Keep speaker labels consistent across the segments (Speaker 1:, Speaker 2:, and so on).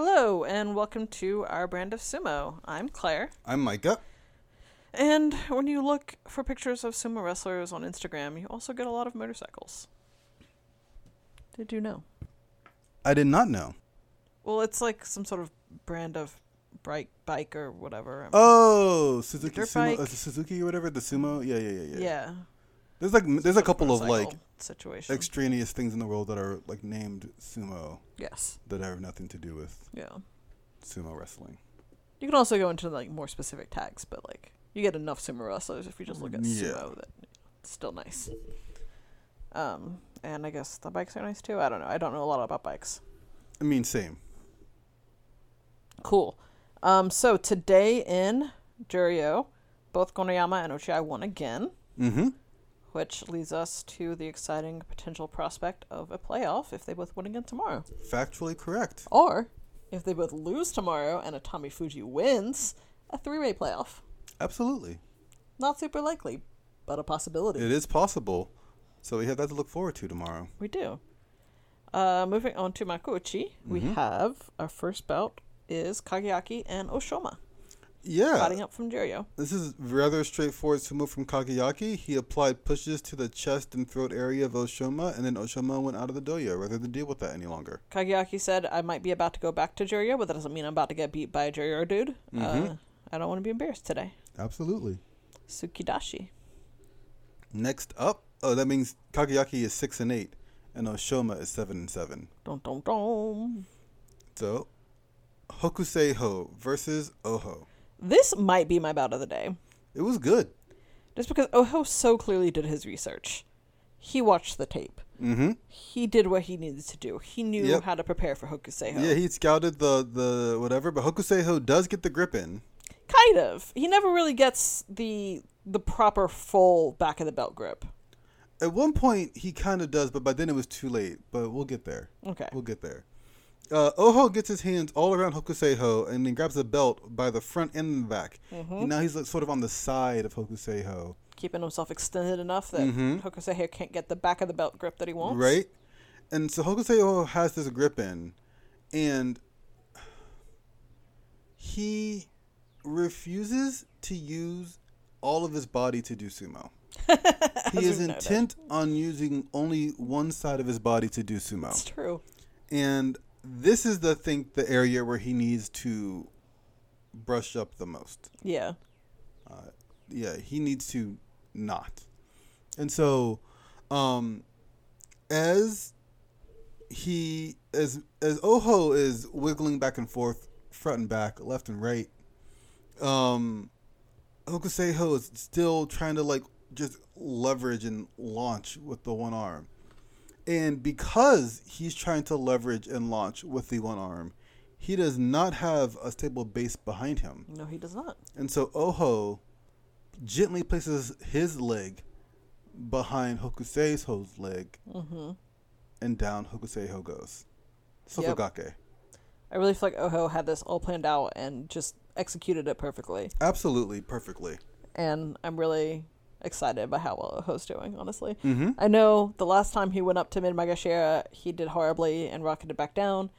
Speaker 1: Hello, and welcome to our brand of sumo. I'm Claire.
Speaker 2: I'm Micah.
Speaker 1: And when you look for pictures of sumo wrestlers on Instagram, you also get a lot of motorcycles. Did you know?
Speaker 2: I did not know.
Speaker 1: Well, it's like some sort of brand of bright bike or whatever.
Speaker 2: Oh, Suzuki
Speaker 1: Dirt
Speaker 2: sumo,
Speaker 1: bike.
Speaker 2: uh, Suzuki or whatever the sumo. Yeah, yeah, yeah, yeah.
Speaker 1: yeah.
Speaker 2: There's like there's a couple of like
Speaker 1: Motorcycle situation.
Speaker 2: extraneous things in the world that are like named sumo
Speaker 1: yes.
Speaker 2: that have nothing to do with
Speaker 1: Yeah.
Speaker 2: sumo wrestling.
Speaker 1: You can also go into like more specific tags, but like you get enough sumo wrestlers if you just look at
Speaker 2: Yeah.
Speaker 1: sumo that it's still nice. Um, and I guess the bikes are nice too. I don't know. I don't know a lot about bikes.
Speaker 2: I mean, same.
Speaker 1: Cool. Um, so today in Juryo, both Gonoyama and Ochiai won again,
Speaker 2: Mm-hmm.
Speaker 1: which leads us to the exciting potential prospect of a playoff if they both win again tomorrow.
Speaker 2: Factually correct.
Speaker 1: Or if they both lose tomorrow and Atami Fuji wins, a three way playoff.
Speaker 2: Absolutely,
Speaker 1: Not super likely, but a possibility.
Speaker 2: it is possible. So we have that to look forward to tomorrow.
Speaker 1: We do. Uh, moving on to Makuuchi, we
Speaker 2: Mm-hmm.
Speaker 1: have our first bout is Kageaki and Oshoma,
Speaker 2: Yeah,
Speaker 1: fighting up from Juryo.
Speaker 2: This is rather straightforward sumo from Kagayaki. He applied pushes to the chest and throat area of Oshoma, and then Oshoma went out of the dojo rather than deal with that any longer.
Speaker 1: Kageaki said, I might be about to go back to Juryo, but that doesn't mean I'm about to get beat by a Juryo dude.
Speaker 2: Mm-hmm.
Speaker 1: Uh, I don't want to be embarrassed today.
Speaker 2: Absolutely.
Speaker 1: Sukidashi.
Speaker 2: Next up, oh, that means Kagayaki is six and eight, and Oshoma is seven and seven.
Speaker 1: Dun, dun, dun.
Speaker 2: So, Hokusei Ho versus Oho.
Speaker 1: This might be my bout of the day.
Speaker 2: It was good.
Speaker 1: Just because Oho so clearly did his research. He watched the tape.
Speaker 2: Mm-hmm.
Speaker 1: He did what he needed to do. He knew
Speaker 2: Yep.
Speaker 1: how to prepare for Hokuseiho.
Speaker 2: Yeah, he scouted the the whatever, but Hokusei Ho does get the grip in.
Speaker 1: kind of he never really gets the the proper full back of the belt grip
Speaker 2: At one point, he kind of does, but by then it was too late. But we'll get there.
Speaker 1: okay
Speaker 2: We'll get there. Uh, Oho gets his hands all around Hokuseiho and then grabs the belt by the front and the back. And now he's like, sort of on the side of Hokuseiho,
Speaker 1: keeping himself extended enough that hokuseiho can't get the back of the belt grip that he wants
Speaker 2: Mm-hmm. right? And so Hokuseiho has this grip in, and he refuses to use all of his body to do sumo. he is
Speaker 1: we've noted.
Speaker 2: intent on using only one side of his body to do sumo.
Speaker 1: it's true
Speaker 2: and this is the thing the area where he needs to brush up the most
Speaker 1: yeah
Speaker 2: yeah he needs to not and so um as he as as oho is wiggling back and forth front and back left and right um hokuseiho is still trying to like just leverage and launch with the one arm and because he's trying to leverage and launch with the one arm he does not have a stable base behind him
Speaker 1: no he does not
Speaker 2: and so Oho gently places his leg behind Hokusei's ho's leg, and down Hokusei ho goes.
Speaker 1: Yep.
Speaker 2: Sokogake.
Speaker 1: i really feel like oho had this all planned out and just executed it perfectly
Speaker 2: Absolutely perfectly.
Speaker 1: and i'm really excited by how well oho's doing honestly
Speaker 2: Mm-hmm.
Speaker 1: i know the last time he went up to mid magashira he did horribly and rocketed back down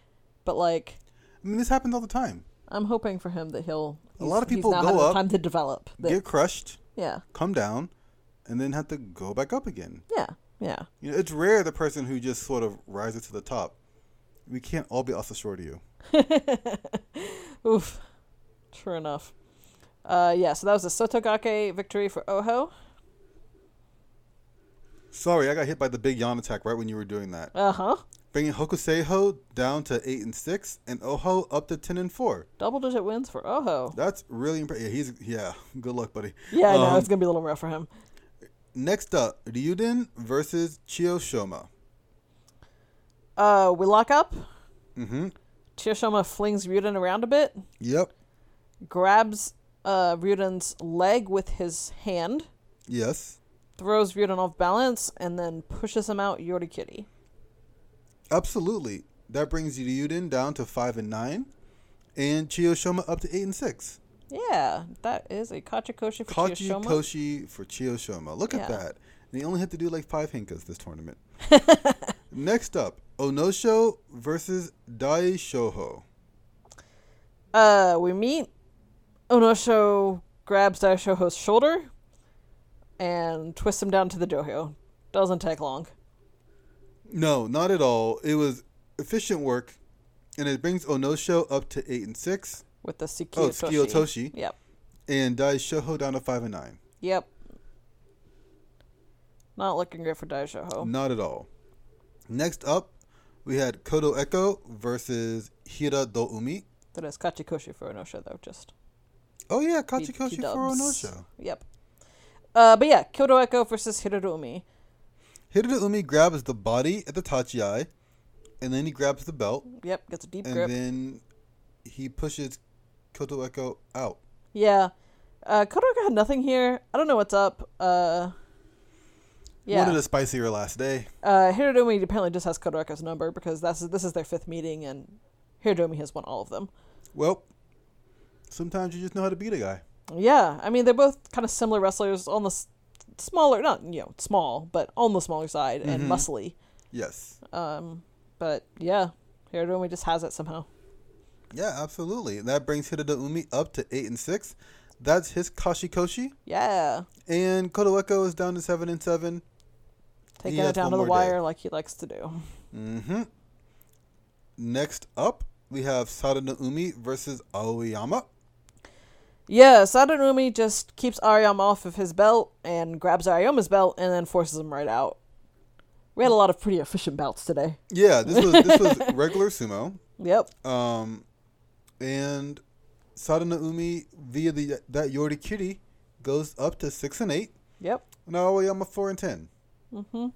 Speaker 1: but like
Speaker 2: I mean, this happens all the time.
Speaker 1: I'm hoping for him that he'll.
Speaker 2: A lot of
Speaker 1: he's-
Speaker 2: people
Speaker 1: he's now
Speaker 2: go
Speaker 1: having
Speaker 2: up,
Speaker 1: time to develop. that-
Speaker 2: Get crushed,
Speaker 1: yeah,
Speaker 2: come down, and then have to go back up again.
Speaker 1: yeah, yeah.
Speaker 2: You know, it's rare the person who just sort of rises to the top. We can't all be also short of you.
Speaker 1: Oof. True enough. Uh, yeah. So that was a Sotogake victory for Oho.
Speaker 2: Sorry, I got hit by the big yawn attack right when you were doing that.
Speaker 1: Uh huh.
Speaker 2: bringing Hokuseiho down to eight and six, and Oho up to ten and four.
Speaker 1: Double digit wins for Oho.
Speaker 2: That's really impressive. Yeah, he's yeah. Good luck, buddy.
Speaker 1: Yeah, I know
Speaker 2: Um,
Speaker 1: it's gonna be a little rough for him.
Speaker 2: Next up, Ryuden versus Chiyoshima.
Speaker 1: Uh, we lock up.
Speaker 2: Mm-hmm.
Speaker 1: Chiyoshima flings Ryuden around a bit,
Speaker 2: Yep.
Speaker 1: grabs uh Ryuden's leg with his hand,
Speaker 2: Yes.
Speaker 1: throws Ryuden off balance, and then pushes him out Yorikiri.
Speaker 2: Absolutely. That brings Ryuden down to five and nine, and Chiyoshima up to eight and six.
Speaker 1: Yeah, that is a Kachikoshi for
Speaker 2: Kachi
Speaker 1: Chiyoshima.
Speaker 2: Koshi for Chiyoshima. Look at
Speaker 1: Yeah.
Speaker 2: that. And he only had to do like five hinkas this tournament. Next up, Onosho versus Dai Shoho.
Speaker 1: Uh, we meet. Onosho grabs Daishoho's shoulder and twists him down to the dohyo. Doesn't take long.
Speaker 2: No, not at all. It was efficient work, and it brings Onosho up to eight and six,
Speaker 1: With the Sekiotoshi.
Speaker 2: Oh, Sekiotoshi.
Speaker 1: Yep.
Speaker 2: and Daishoho down to five and nine.
Speaker 1: Yep. Not looking good for Daishoho.
Speaker 2: Not at all. Next up, we had Kodo Echo versus Hira Do Umi.
Speaker 1: That is Kachikoshi for Onosha, though, just.
Speaker 2: Oh yeah,
Speaker 1: he- he
Speaker 2: Kachikoshi for
Speaker 1: dubs.
Speaker 2: Onosho.
Speaker 1: Yep. Uh, but yeah, Kyoto Echo versus Hirarumi.
Speaker 2: Hira Do Umi grabs the body at the Tachi Eye, and then he grabs the belt,
Speaker 1: Yep, gets a deep
Speaker 2: and
Speaker 1: grip.
Speaker 2: then he pushes Kodo Echo out.
Speaker 1: yeah. Uh, Kyoto Echo had nothing here. I don't know what's up. Uh, yeah.
Speaker 2: One of the spicier last day.
Speaker 1: Uh, Hirodomi apparently just has Kodorako's number because that's this is their fifth meeting and Hirodomi has won all of them.
Speaker 2: Well, sometimes you just know how to beat a guy.
Speaker 1: Yeah, I mean they're both kind of similar wrestlers on the s- smaller, not you know small, but on the smaller side and
Speaker 2: Mm-hmm.
Speaker 1: muscly.
Speaker 2: Yes.
Speaker 1: Um, but yeah, Hirodomi just has it somehow.
Speaker 2: Yeah, absolutely. And that brings Hida Umi up to eight and six. That's his Kashikoshi.
Speaker 1: Yeah,
Speaker 2: And Kodo Echo is down to seven and seven.
Speaker 1: taking
Speaker 2: He
Speaker 1: it
Speaker 2: has
Speaker 1: down
Speaker 2: one
Speaker 1: to the
Speaker 2: more day.
Speaker 1: wire like he likes to do.
Speaker 2: Mm-hmm. Next up, we have Sarada Umi versus Aoyama.
Speaker 1: Yeah, Sadanumi just keeps Ariyama off of his belt and grabs Ariyama's belt and then forces him right out. We had a lot of pretty efficient bouts today.
Speaker 2: Yeah, this was this was regular sumo.
Speaker 1: Yep.
Speaker 2: Um, and Sarada Umi via the that Yorikiri goes up to six and eight.
Speaker 1: Yep.
Speaker 2: And Aoyama four and 10 Mm-hmm.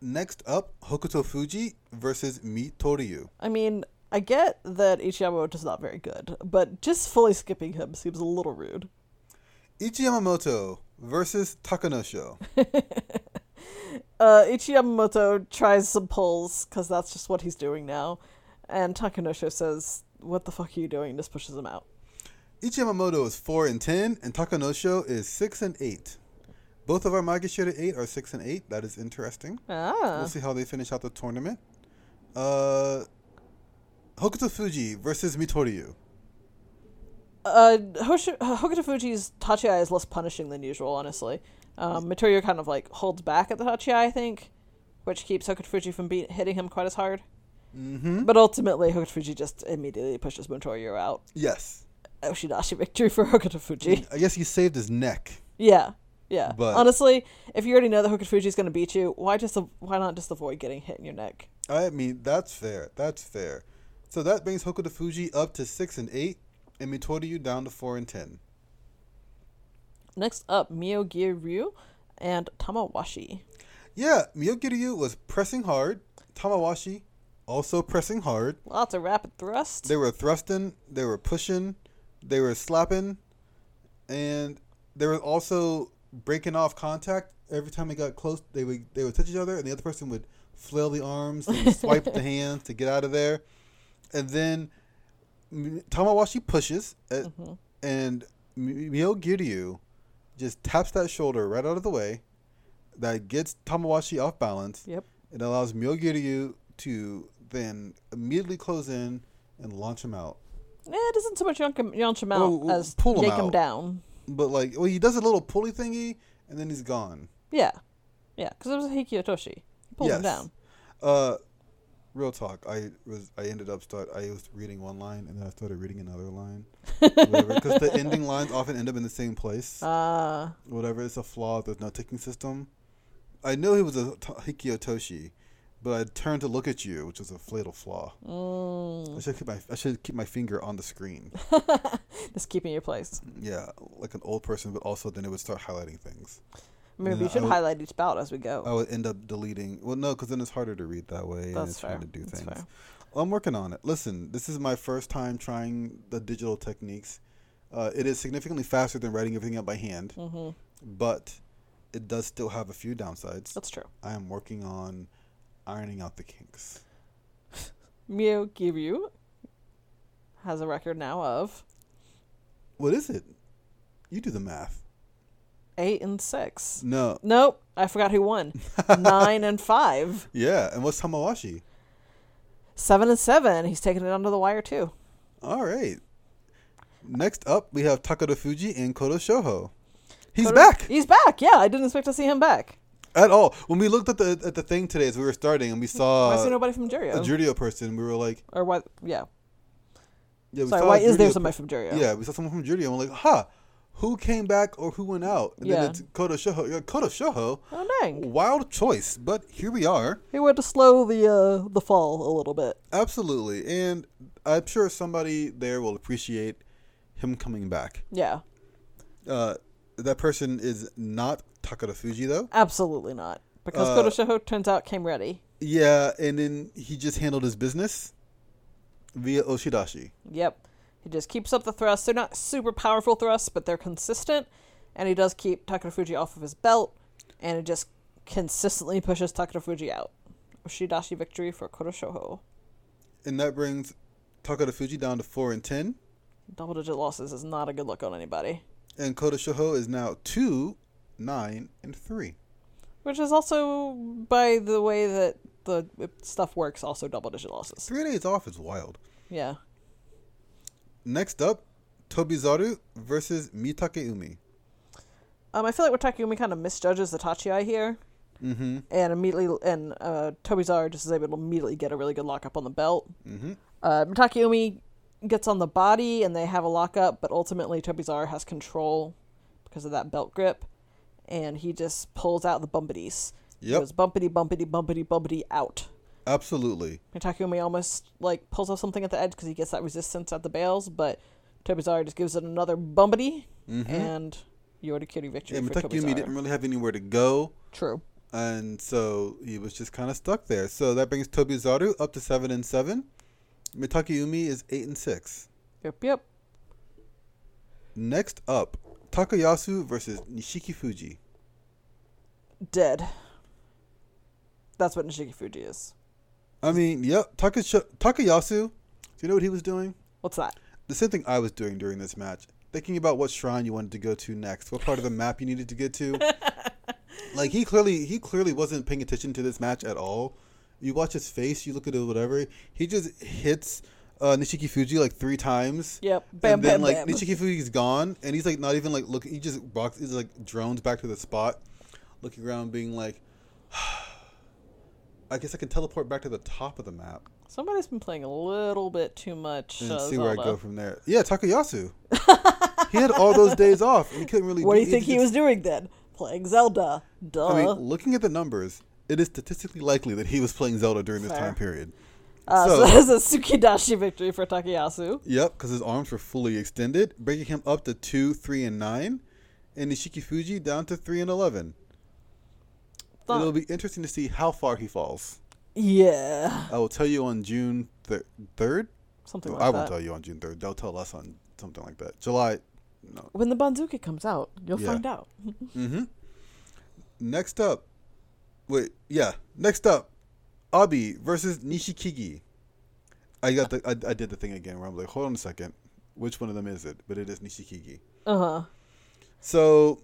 Speaker 2: Next up, Hokuto Fuji versus Mitoryu.
Speaker 1: I mean, I get that Ichiyamamoto's not very good, but just fully skipping him seems a little rude.
Speaker 2: Ichiyamamoto versus Takanosho.
Speaker 1: Uh, Ichiyamamoto tries some pulls, because that's just what he's doing now, and Takanosho says, What the fuck are you doing? and just pushes him out.
Speaker 2: Ichiyamamoto is four and ten, and Takanosho is six and eight. Both of our Magashira eight are six and eight. That is interesting.
Speaker 1: Ah.
Speaker 2: We'll see how they finish out the tournament. Uh, Hokuto Fuji versus Mitoryu.
Speaker 1: Uh, Hosh- Hokuto Fuji's Tachi-Eye is less punishing than usual, honestly. Um, Midoriya kind of, like, holds back at the Tachi-Eye, I think, which keeps Hokuto Fuji from be- hitting him quite as hard.
Speaker 2: Mm-hmm.
Speaker 1: But ultimately, Hokuto Fuji just immediately pushes Midoriya out.
Speaker 2: Yes,
Speaker 1: Oshidashi victory for Hokuto Fuji.
Speaker 2: I guess he saved his neck.
Speaker 1: Yeah. Yeah.
Speaker 2: But-
Speaker 1: Honestly, if you already know that Hokuto Fuji's going to beat you, why just why not just avoid getting hit in your neck?
Speaker 2: I mean, that's fair. That's fair. So that brings Hokuto Fuji up to six and eight, and Mitoryu down to four and ten.
Speaker 1: Next up, Miyagi Ryu and Tamawashi.
Speaker 2: Yeah, Miyokiryu was pressing hard. Tamawashi also pressing hard.
Speaker 1: Lots of rapid thrust.
Speaker 2: They were thrusting, they were pushing, they were slapping, and they were also breaking off contact. Every time they got close, they would they would touch each other, and the other person would flail the arms and swipe the hands to get out of there. And then M- Tamawashi pushes, at, and M- Miyogiryu just taps that shoulder right out of the way. That gets Tamawashi off balance.
Speaker 1: Yep.
Speaker 2: It allows Myogiryu to then immediately close in and launch him out.
Speaker 1: Eh, it isn't so much yank him, yanch him out
Speaker 2: Oh, oh,
Speaker 1: as
Speaker 2: pull him
Speaker 1: yank him
Speaker 2: out.
Speaker 1: down.
Speaker 2: But like, well, he does a little pulley thingy, and then he's gone.
Speaker 1: Yeah. Yeah, because it was a Hikiyotoshi. Pulled him down.
Speaker 2: Uh, real talk. I was. I ended up start. I was reading one line, and then I started reading another line. Because the ending lines often end up in the same place.
Speaker 1: Uh,
Speaker 2: Whatever. It's a flaw. There's no ticking system. I know he was a t- Hikiotoshi, but I turned to look at you, which was a fatal flaw.
Speaker 1: mm,
Speaker 2: I should keep my. I should keep my finger on the screen.
Speaker 1: just keeping your place.
Speaker 2: Yeah, like an old person, but also then it would start highlighting things.
Speaker 1: Maybe
Speaker 2: Yeah,
Speaker 1: we should
Speaker 2: I would- Oh.
Speaker 1: highlight each bout as we go.
Speaker 2: I would end up deleting. Well, no, because then it's harder to read that way. and
Speaker 1: Oh. That's
Speaker 2: it's
Speaker 1: fair.
Speaker 2: trying to do
Speaker 1: That's
Speaker 2: things.
Speaker 1: fair.
Speaker 2: Well, I'm working on it. Listen, this is my first time trying the digital techniques. Uh, it is significantly faster than writing everything out by hand,
Speaker 1: hmm
Speaker 2: but it does still have a few downsides.
Speaker 1: That's true.
Speaker 2: I am working on ironing out the kinks.
Speaker 1: Mio Giryu has a record now of
Speaker 2: What is it? You do the math.
Speaker 1: eight and six.
Speaker 2: No.
Speaker 1: Nope, I forgot who won. Nine and five.
Speaker 2: Yeah, and what's Tamawashi?
Speaker 1: Seven and seven. He's taking it under the wire too.
Speaker 2: All right. Next up, we have Takada Fuji and Koto Shoho. He's
Speaker 1: Koto-
Speaker 2: back
Speaker 1: He's back. Yeah, I didn't expect to see him back.
Speaker 2: at all. When we looked at the at the thing today as we were starting, and we
Speaker 1: Why is
Speaker 2: saw
Speaker 1: there nobody from Jirio?
Speaker 2: Uh, a Judio person, we were like,
Speaker 1: or what? Yeah.
Speaker 2: yeah, we
Speaker 1: Sorry.
Speaker 2: saw
Speaker 1: Why
Speaker 2: a
Speaker 1: is there
Speaker 2: Judio
Speaker 1: somebody from Jirio?
Speaker 2: Yeah, we saw someone from Judy, and we're like, huh, who came back or who went out? And
Speaker 1: Yeah.
Speaker 2: then it's Koto Shoho. Yeah, Koto Shoho,
Speaker 1: Oh, dang.
Speaker 2: wild choice, but here we are.
Speaker 1: He went to slow the uh, the fall a little bit.
Speaker 2: Absolutely. And I'm sure somebody there will appreciate him coming back.
Speaker 1: Yeah.
Speaker 2: Uh, that person is not Takada Fuji, though.
Speaker 1: Absolutely not. Because
Speaker 2: Uh,
Speaker 1: Koto Shoho turns out came ready.
Speaker 2: Yeah, and then he just handled his business via Oshidashi.
Speaker 1: Yep. He just keeps up the thrusts. They're not super powerful thrusts, but they're consistent. And he does keep Takara Fuji off of his belt. And it just consistently pushes Takara Fuji out. Oshidashi victory for Koroshoho.
Speaker 2: And that brings Takada Fuji down to 4 and 10.
Speaker 1: Double digit losses is not a good look on anybody.
Speaker 2: And Koto Shoho is now 2, 9, and 3.
Speaker 1: Which is also, by the way that the stuff works, also double digit losses.
Speaker 2: Three days off is wild.
Speaker 1: Yeah.
Speaker 2: Next up, Tobizaru versus Mitake Umi.
Speaker 1: Um, I feel like we're talking, we kind of misjudges the Tachi here.
Speaker 2: Mm-hmm.
Speaker 1: and immediately and uh, Tobizar just is able to immediately get a really good lockup on the belt.
Speaker 2: Mhm.
Speaker 1: Uh, Mitaki Umi gets on the body and they have a lockup, but ultimately Tobizar has control because of that belt grip, and he just pulls out the bumpities. He
Speaker 2: Yep.
Speaker 1: goes bumpity bumpity bumpity bumpity out.
Speaker 2: Absolutely.
Speaker 1: Mitaki Umi almost like pulls off something at the edge because he gets that resistance at the bales, but Tobizar just gives it another bumpity
Speaker 2: Mm-hmm. And,
Speaker 1: and Yorikiri victory
Speaker 2: yeah,
Speaker 1: for
Speaker 2: Mitake Umi
Speaker 1: Tobizar.
Speaker 2: didn't really have anywhere to go,
Speaker 1: True.
Speaker 2: and so he was just kind of stuck there. So that brings Tobizaru up to seven and seven. Mitake Umi is eight and six.
Speaker 1: Yep. Yep.
Speaker 2: Next up, Takayasu versus Nishiki Fuji.
Speaker 1: dead. That's what Nishiki Fuji is.
Speaker 2: I mean, yep. Taka- Takayasu. Do you know what he was doing?
Speaker 1: What's that?
Speaker 2: the same thing I was doing during this match, thinking about what shrine you wanted to go to next, what part of the map you needed to get to. like he clearly he clearly wasn't paying attention to this match at all. You watch his face, you look at it, whatever. He just hits uh, Nishiki Fuji like three times.
Speaker 1: Yep. Bam,
Speaker 2: and then
Speaker 1: bam,
Speaker 2: like
Speaker 1: bam.
Speaker 2: Nishiki Fuji's gone, and he's like not even like looking. He just walks. He's like drones back to the spot, looking around, being like, "I guess I can teleport back to the top of the map
Speaker 1: Somebody's been playing a little bit too much.
Speaker 2: and
Speaker 1: uh,
Speaker 2: see where I
Speaker 1: Zelda.
Speaker 2: go from there. Yeah, Takayasu. he had all those days off. And he couldn't really.
Speaker 1: What do you
Speaker 2: it.
Speaker 1: think he was doing then? Playing Zelda. Duh.
Speaker 2: I mean, looking at the numbers, it is statistically likely that he was playing Zelda during this
Speaker 1: Fair.
Speaker 2: time period.
Speaker 1: uh, so,
Speaker 2: so-
Speaker 1: that is a Tsukidashi victory for Takayasu.
Speaker 2: Yep, because his arms were fully extended, bringing him up to two, three, and nine, and Nishiki Fuji down to three and eleven.
Speaker 1: Thought-
Speaker 2: It'll be interesting to see how far he falls.
Speaker 1: yeah.
Speaker 2: I will tell you on June third.
Speaker 1: Something like
Speaker 2: I
Speaker 1: that.
Speaker 2: won't tell you on June third. They'll tell us on something like that. July. No,
Speaker 1: When the Banzuki comes out, you'll
Speaker 2: Yeah.
Speaker 1: find out.
Speaker 2: Mm-hmm. Next up, wait, yeah. Next up, Abi versus Nishikigi. I got the I, I did the thing again where I'm like, hold on a second, which one of them is it? But it is Nishikigi.
Speaker 1: Uh huh.
Speaker 2: So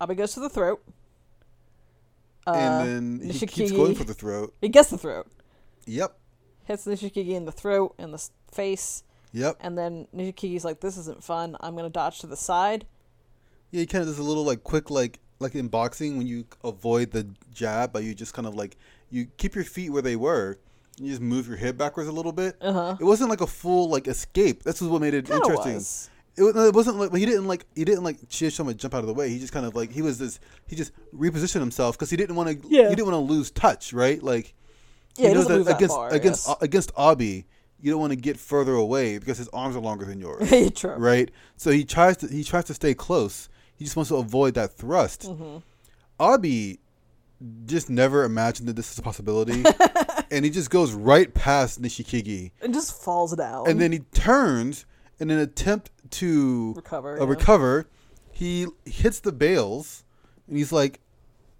Speaker 1: Abby goes to the throat. Uh,
Speaker 2: and then he keeps
Speaker 1: Nishikigi.
Speaker 2: going for the throat.
Speaker 1: he gets the throat.
Speaker 2: Yep,
Speaker 1: Hits Nishikigi in the throat and the s- face.
Speaker 2: yep.
Speaker 1: And then Nishikigi's like, this isn't fun. I'm going to dodge to the side.
Speaker 2: Yeah, he kind of does a little like quick like like in boxing when you avoid the jab, but you just kind of like you keep your feet where they were. You just move your head backwards a little bit.
Speaker 1: Uh huh.
Speaker 2: It wasn't like a full like escape. This is what made it
Speaker 1: Kinda
Speaker 2: interesting.
Speaker 1: was.
Speaker 2: It, wa- no, it wasn't like he didn't like he didn't like Chish someone jump out of the way. He just kind of like he was this he just repositioned himself because he didn't want to
Speaker 1: Yeah.
Speaker 2: he didn't want to lose touch right like
Speaker 1: Yeah, he
Speaker 2: knows
Speaker 1: doesn't move that
Speaker 2: against
Speaker 1: far,
Speaker 2: against
Speaker 1: yes.
Speaker 2: against Abi you don't want to get further away because his arms are longer than yours
Speaker 1: Hey, true.
Speaker 2: right so he tries to he tries to stay close he just wants to avoid that thrust Abi just never imagined that this is a possibility and he just goes right past Nishikigi
Speaker 1: It just falls down.
Speaker 2: and then he turns in an attempt to
Speaker 1: Recover,
Speaker 2: uh,
Speaker 1: yeah.
Speaker 2: recover. He hits the bales, and he's like,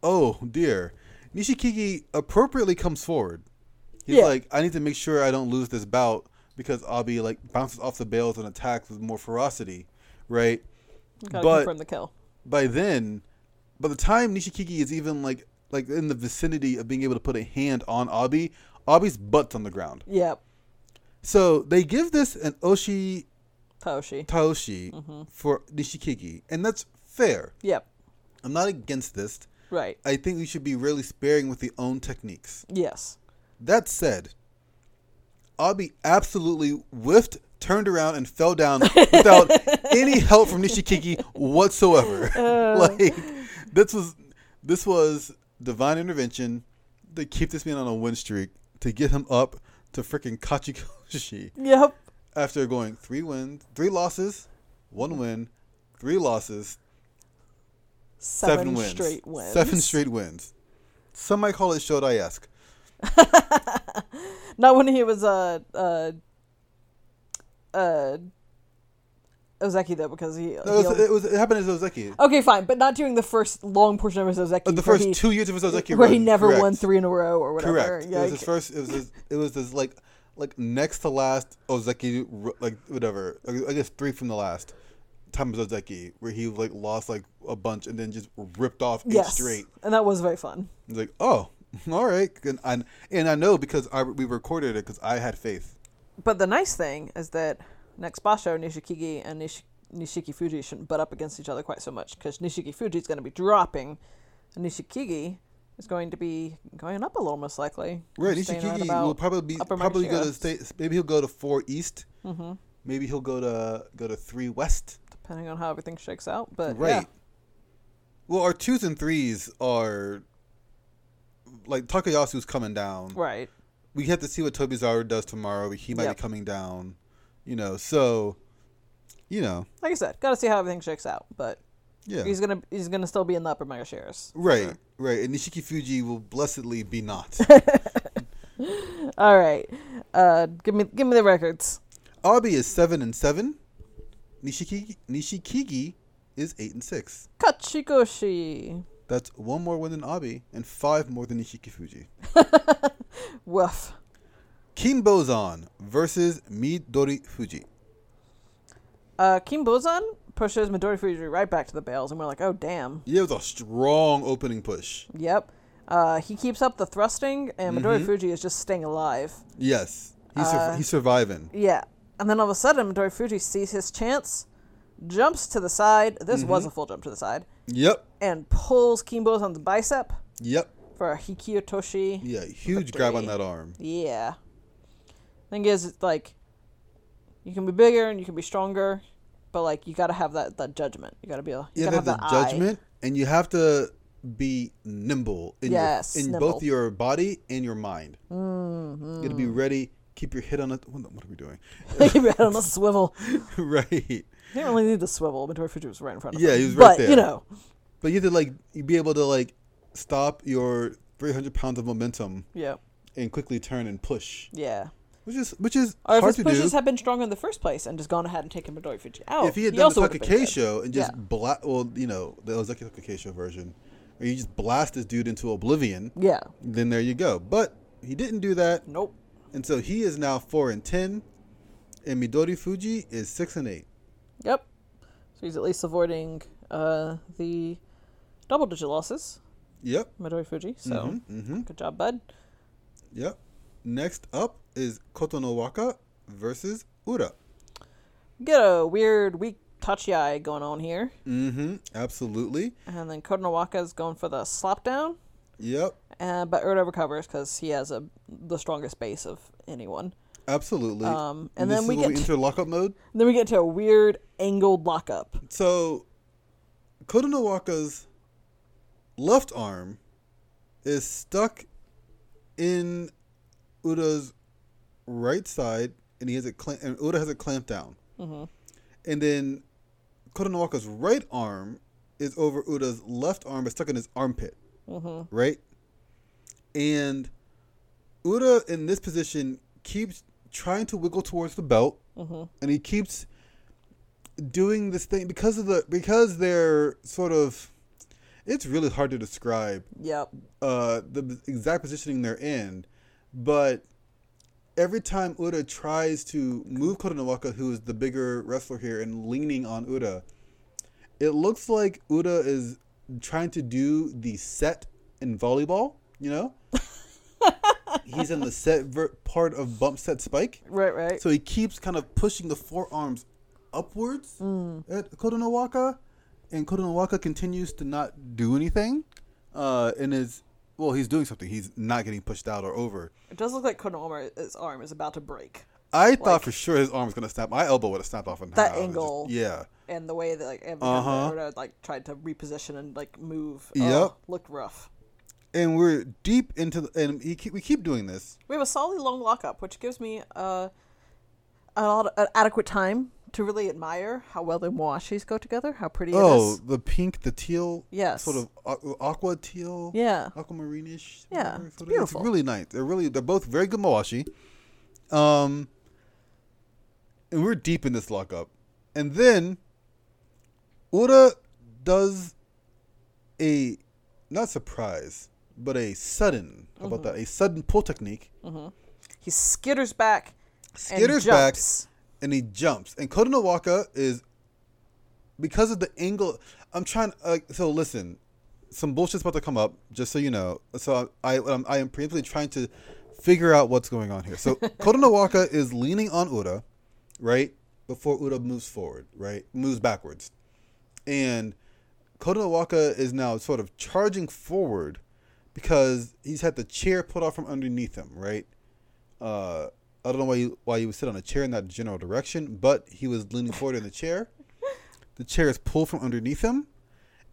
Speaker 2: "Oh dear." Nishikigi appropriately comes forward. He's
Speaker 1: Yeah.
Speaker 2: like, "I need to make sure I don't lose this bout because Abi like bounces off the bales and attacks with more ferocity, right?"
Speaker 1: Gotta
Speaker 2: but-
Speaker 1: confirm the kill.
Speaker 2: By then, by the time Nishikigi is even like like in the vicinity of being able to put a hand on Abi, Abi's butt's on the ground.
Speaker 1: Yep.
Speaker 2: So they give this an Oshi
Speaker 1: Taoshi.
Speaker 2: Taoshi for Nishikigi, and that's fair.
Speaker 1: Yep.
Speaker 2: I'm not against this.
Speaker 1: Right.
Speaker 2: I think we should be really sparing with the own techniques.
Speaker 1: Yes.
Speaker 2: That said, Abi absolutely whiffed, turned around, and fell down without any help from Nishikiki whatsoever. like this was this was divine intervention to keep this man on a win streak to get him up to freaking Kachikoshi
Speaker 1: Yep.
Speaker 2: after going three wins, three losses, one win, three losses,
Speaker 1: Seven,
Speaker 2: seven, wins,
Speaker 1: straight wins.
Speaker 2: seven straight wins. Some might call it Shodai esque.
Speaker 1: Not when he was uh uh uh Ozeki though, because he.
Speaker 2: No, it,
Speaker 1: he'll-
Speaker 2: was, it was it happened as Ozeki.
Speaker 1: okay, fine, but not during the first long portion of his Ozeki.
Speaker 2: Oh, Uh, the
Speaker 1: Oh, where
Speaker 2: first
Speaker 1: he-
Speaker 2: two years of his Ozeki
Speaker 1: where
Speaker 2: run,
Speaker 1: he never
Speaker 2: correct.
Speaker 1: won three in a row or whatever.
Speaker 2: Correct. It was
Speaker 1: Like,
Speaker 2: his first. It was his, it was his like like next to last Ozeki ru- like whatever. I I guess three from the last time of Ozeki where he like lost like a bunch and then just ripped off eight
Speaker 1: yes,
Speaker 2: straight.
Speaker 1: and that was very fun.
Speaker 2: It's like oh. All right, and I and I know because I we recorded it because I had faith.
Speaker 1: But the nice thing is that next Basho, Nishikigi, and Nish- Nishiki Fuji shouldn't butt up against each other quite so much because Nishiki Fuji is going to be dropping, and Nishikigi is going to be going up a little, most likely.
Speaker 2: Right,
Speaker 1: Staying right
Speaker 2: Ishikigi
Speaker 1: about
Speaker 2: will probably be,
Speaker 1: upper Mm-hmm.
Speaker 2: probably go
Speaker 1: Marchera.
Speaker 2: to state. Maybe he'll go to four east. Maybe he'll go to go to three west.
Speaker 1: depending on how everything shakes out. But
Speaker 2: Right.
Speaker 1: yeah.
Speaker 2: Well, our twos and threes are like Takayasu's coming down.
Speaker 1: right,
Speaker 2: We have to see what Tobizaru does tomorrow. He might
Speaker 1: Yep.
Speaker 2: be coming down. You know, so you know,
Speaker 1: like I said, got to see how everything shakes out. But
Speaker 2: yeah, Mm.
Speaker 1: he's gonna he's gonna still be in the upper mega shares.
Speaker 2: right, right. And Nishiki Fuji will blessedly be not.
Speaker 1: All right, uh, give me give me the records.
Speaker 2: Abi is seven and seven. Nishiki Nishikigi is eight and six.
Speaker 1: Kachikoshi.
Speaker 2: That's one more win than Abi and five more than Nishiki Fuji.
Speaker 1: Woof.
Speaker 2: Kim Bozan versus Midori Fuji.
Speaker 1: Uh, Kim Bozan pushes Midori Fuji right back to the bales, and we're like, oh damn.
Speaker 2: Yeah, it was a strong opening push.
Speaker 1: Yep. Uh, he keeps up the thrusting, and Midori
Speaker 2: Mm-hmm.
Speaker 1: Fuji is just staying alive.
Speaker 2: Yes, he's sur-
Speaker 1: Uh,
Speaker 2: he's surviving.
Speaker 1: Yeah. And then all of a sudden, Midori Fuji sees his chance, jumps to the side. This
Speaker 2: Mm-hmm.
Speaker 1: was a full jump to the side,
Speaker 2: Yep,
Speaker 1: and pulls Kim Bozan's bicep
Speaker 2: yep,
Speaker 1: for a Hikiyotoshi.
Speaker 2: yeah. Huge grab on
Speaker 1: three.
Speaker 2: that arm.
Speaker 1: Yeah. Thing is, it's like, you can be bigger and you can be stronger, but like you gotta have that, that judgment. You gotta be a you
Speaker 2: Yeah,
Speaker 1: gotta have
Speaker 2: that's a
Speaker 1: that eye.
Speaker 2: judgment, and you have to be nimble in
Speaker 1: Yes,
Speaker 2: your, in
Speaker 1: nimble. Mm-hmm.
Speaker 2: both your body and your mind. You got to be ready. Keep your head on a. What the- what are we doing?
Speaker 1: Keep your head on a swivel.
Speaker 2: right.
Speaker 1: He didn't really need to swivel. Midori Fuji was right in front of
Speaker 2: Yeah,
Speaker 1: him.
Speaker 2: he was right
Speaker 1: but,
Speaker 2: there.
Speaker 1: you know,
Speaker 2: But you have to like you be able to like stop your 300 pounds of momentum
Speaker 1: yeah,
Speaker 2: and quickly turn and push,
Speaker 1: yeah.
Speaker 2: which is which is
Speaker 1: Or if
Speaker 2: hard
Speaker 1: his
Speaker 2: to
Speaker 1: pushes
Speaker 2: do.
Speaker 1: had been stronger in the first place and just gone ahead and taken Midori Fuji out,
Speaker 2: if he had
Speaker 1: he
Speaker 2: done
Speaker 1: also
Speaker 2: the
Speaker 1: would've been good.
Speaker 2: Takakei show and just
Speaker 1: Yeah.
Speaker 2: bla well, you know, the Ozaki Takakei show version, where you just blast this dude into oblivion,
Speaker 1: Yeah.
Speaker 2: then there you go. But he didn't do that,
Speaker 1: Nope.
Speaker 2: and so he is now four and ten, and Midori Fuji is six and eight.
Speaker 1: Yep. So he's at least avoiding uh, the double digit losses,
Speaker 2: Yep,
Speaker 1: Midori Fuji. So
Speaker 2: Mm-hmm,
Speaker 1: good job, bud.
Speaker 2: yep. Next up is Kotonowaka versus Ura.
Speaker 1: Get a weird, weak touchy eye going on here.
Speaker 2: Mm-hmm. Absolutely.
Speaker 1: And then Kodonawaka's going for the slap down.
Speaker 2: Yep.
Speaker 1: Uh, but Erdo recovers because he has a the strongest base of anyone.
Speaker 2: Absolutely.
Speaker 1: Um, and
Speaker 2: this
Speaker 1: then we
Speaker 2: is where
Speaker 1: get-
Speaker 2: we enter lockup mode.
Speaker 1: Then we get to a weird angled lockup.
Speaker 2: So, Kodonowaka's left arm is stuck in Uda's right side, and he has a clamp, and Uda has a clamp down. And then Kodonowaka's right arm is over Uda's left arm, but stuck in his armpit, right? And Uda in this position keeps trying to wiggle towards the belt, and he keeps doing this thing because of the because they're sort of it's really hard to describe
Speaker 1: Yep.
Speaker 2: uh the exact positioning they're in but every time Uda tries to move Kotonowaka who is the bigger wrestler here and leaning on Uda it looks like Uda is trying to do the set in volleyball you know he's in the set ver- part of bump set spike.
Speaker 1: Right, right.
Speaker 2: So he keeps kind of pushing the forearms upwards
Speaker 1: Mm.
Speaker 2: at Kodonowaka, and Kodonowaka continues to not do anything. Uh, and is well, he's doing something. He's not getting pushed out or over.
Speaker 1: It does look like Konoma's arm is about to break.
Speaker 2: I thought for sure his arm was gonna snap. My elbow would have snapped off in
Speaker 1: That
Speaker 2: half. It just-
Speaker 1: angle.
Speaker 2: yeah.
Speaker 1: And the way that like every
Speaker 2: Uh-huh.
Speaker 1: time Naruto, like tried to reposition and like move, oh,
Speaker 2: Yep.
Speaker 1: looked rough.
Speaker 2: And we're deep into the, and he keep, we keep doing this.
Speaker 1: We have a solid long lockup, which gives me uh, a lot an adequate time to really admire how well the moashis go together, how pretty it
Speaker 2: Oh,
Speaker 1: is.
Speaker 2: the pink, the teal,
Speaker 1: Yes.
Speaker 2: sort of aqu- aqua teal,
Speaker 1: Yeah.
Speaker 2: aquamarinish.
Speaker 1: Yeah,
Speaker 2: whatever
Speaker 1: it's
Speaker 2: sort of-
Speaker 1: beautiful.
Speaker 2: It's really nice. They're really they're both very good mawashi. Um, and we're deep in this lockup, and then Ura does a not surprise, but a sudden how
Speaker 1: Mm-hmm.
Speaker 2: about that a sudden pull technique.
Speaker 1: He skitters back.
Speaker 2: Skitters
Speaker 1: and jumps.
Speaker 2: back and he jumps. And Kodonowaka is because of the angle. I'm trying. Uh, so listen, some bullshit's about to come up. Just so you know. So I I, I am preemptively trying to figure out what's going on here. So Kodonowaka is leaning on Uda, right before Uda moves forward, right moves backwards, and Kodonowaka is now sort of charging forward because he's had the chair put off from underneath him, right? uh, I don't know why you why you would sit on a chair in that general direction, but he was leaning forward in the chair. The chair is pulled from underneath him,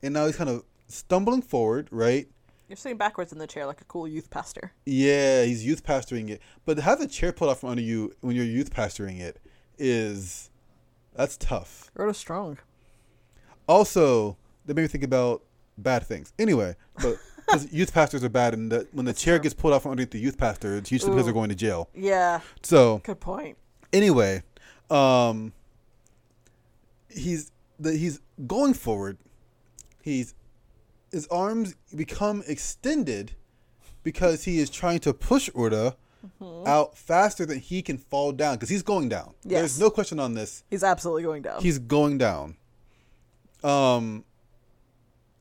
Speaker 2: and now he's kind of stumbling forward, right?
Speaker 1: You're sitting backwards in the chair like a cool youth pastor.
Speaker 2: Yeah, he's youth pastoring it. But to have the chair pulled out from under you when you're youth pastoring it is that's tough.
Speaker 1: Roto's strong.
Speaker 2: Also, that made me think about bad things. Anyway, but because youth pastors are bad, and the, when the chair gets pulled out from underneath the youth pastor, it's usually because they're going to jail.
Speaker 1: Yeah,
Speaker 2: So
Speaker 1: good point.
Speaker 2: anyway, um, he's the, he's going forward. He's his arms become extended because he is trying to push Urda out faster than he can fall down because he's going down.
Speaker 1: Yes.
Speaker 2: There's no question on this.
Speaker 1: He's absolutely going down.
Speaker 2: He's going down. Um,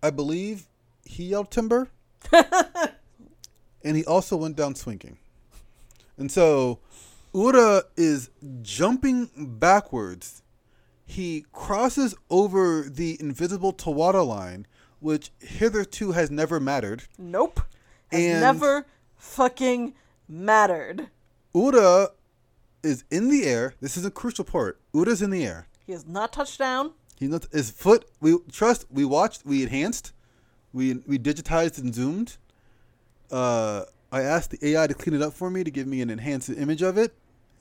Speaker 2: I believe he yelled timber, and he also went down swinging. And so, Ura is jumping backwards. He crosses over the invisible Tawada line, which hitherto has never mattered.
Speaker 1: nope. Has
Speaker 2: And-
Speaker 1: never fucking mattered.
Speaker 2: Ura is in the air. This is a crucial part. Ura's in the air.
Speaker 1: He has not touched down.
Speaker 2: He knows his foot. We trust. We watched. We enhanced. We we digitized and zoomed. Uh, I asked the AI to clean it up for me to give me an enhanced image of it,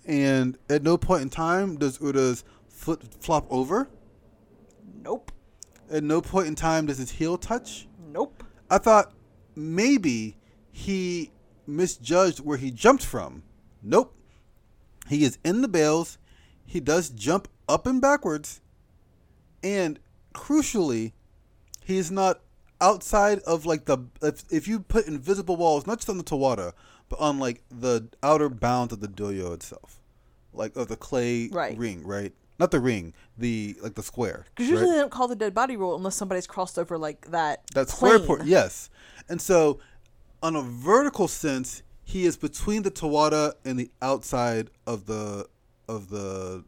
Speaker 2: and at no point in time does Uda's foot flop over.
Speaker 1: Nope.
Speaker 2: At no point in time does his heel touch.
Speaker 1: Nope.
Speaker 2: I thought maybe he misjudged where he jumped from. Nope. He is in the bales. He does jump up and backwards. And crucially, he is not outside of like the. If, if you put invisible walls, not just on the Tawada, but on like the outer bounds of the doyo itself, like of the clay
Speaker 1: Right.
Speaker 2: ring, right? Not the ring, the like the square.
Speaker 1: Because
Speaker 2: right?
Speaker 1: usually they don't call the dead body rule unless somebody's crossed over like that. plane.
Speaker 2: That square port, yes. And so, on a vertical sense, he is between the Tawada and the outside of the of the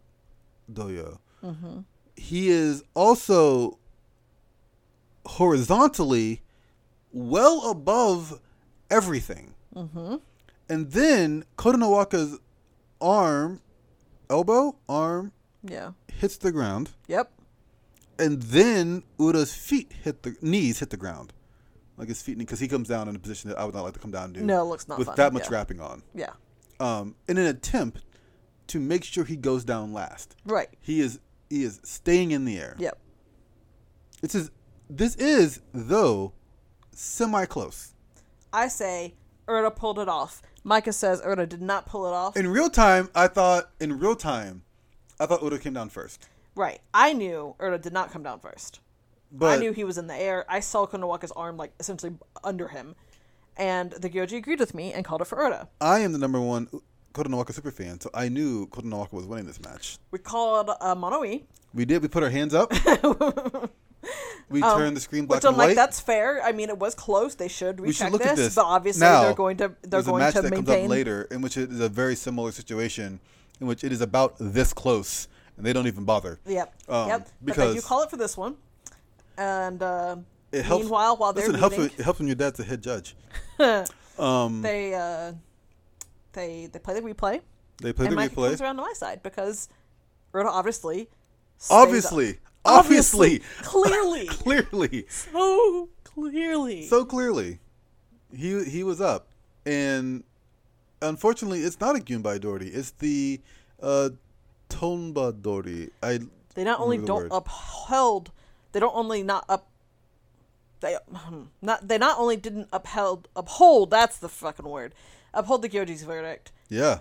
Speaker 2: doyo. He is also horizontally well above everything. And then Kodonowaka's arm, elbow, arm
Speaker 1: Yeah.
Speaker 2: hits the ground
Speaker 1: Yep.
Speaker 2: and then Uda's feet hit the knees hit the ground, like his feet because he comes down in a position that I would not like to come down to.
Speaker 1: No, it looks not
Speaker 2: with
Speaker 1: fun,
Speaker 2: that much
Speaker 1: yeah.
Speaker 2: wrapping on.
Speaker 1: Yeah.
Speaker 2: Um, in an attempt to make sure he goes down last,
Speaker 1: Right.
Speaker 2: he is he is staying in the air.
Speaker 1: Yep.
Speaker 2: This is this is though semi close
Speaker 1: I say Erda pulled it off. Micah says Erda did not pull it off.
Speaker 2: in real time. I thought in real time, I thought Uda came down first,
Speaker 1: right. I knew Erda did not come down first. I
Speaker 2: but
Speaker 1: knew he was in the air. I saw Konowaka's arm like essentially under him. And the Gyoji agreed with me and called it for Erda.
Speaker 2: I am the number one Kodonowaka super fan, so I knew Kodonowaka was winning this match.
Speaker 1: We called uh, Monoi.
Speaker 2: We did. We put our hands up. We
Speaker 1: Um,
Speaker 2: turn the screen black
Speaker 1: Which I'm
Speaker 2: and white.
Speaker 1: like, that's fair. I mean, it was close. They should recheck
Speaker 2: we should look
Speaker 1: this,
Speaker 2: at this.
Speaker 1: but obviously
Speaker 2: Now,
Speaker 1: they're going to they're
Speaker 2: there's
Speaker 1: going
Speaker 2: a match
Speaker 1: to
Speaker 2: that
Speaker 1: maintain.
Speaker 2: comes up later in which it is a very similar situation in which it is about this close and they don't even bother.
Speaker 1: Yep.
Speaker 2: Um,
Speaker 1: yep. But they
Speaker 2: because-
Speaker 1: do call it for this one, and uh,
Speaker 2: It helps.
Speaker 1: meanwhile, while they're
Speaker 2: listen, it helps,
Speaker 1: meeting,
Speaker 2: when, it helps when your dad's a head judge. Um,
Speaker 1: they uh, they they play the replay,
Speaker 2: they play
Speaker 1: and
Speaker 2: the
Speaker 1: Micah
Speaker 2: replay.
Speaker 1: comes around to my side because Rhoda obviously, stays up-
Speaker 2: Obviously, obviously,
Speaker 1: clearly,
Speaker 2: clearly,
Speaker 1: so clearly,
Speaker 2: so clearly, he he was up, and unfortunately, it's not a Gyunbai Dory. It's the uh, Tonba Dory. I
Speaker 1: they not only
Speaker 2: Remember the
Speaker 1: don't
Speaker 2: word.
Speaker 1: uphold, they don't only not up. They hmm, not they not only didn't upheld uphold that's the fucking word uphold the Gyoji's verdict
Speaker 2: yeah.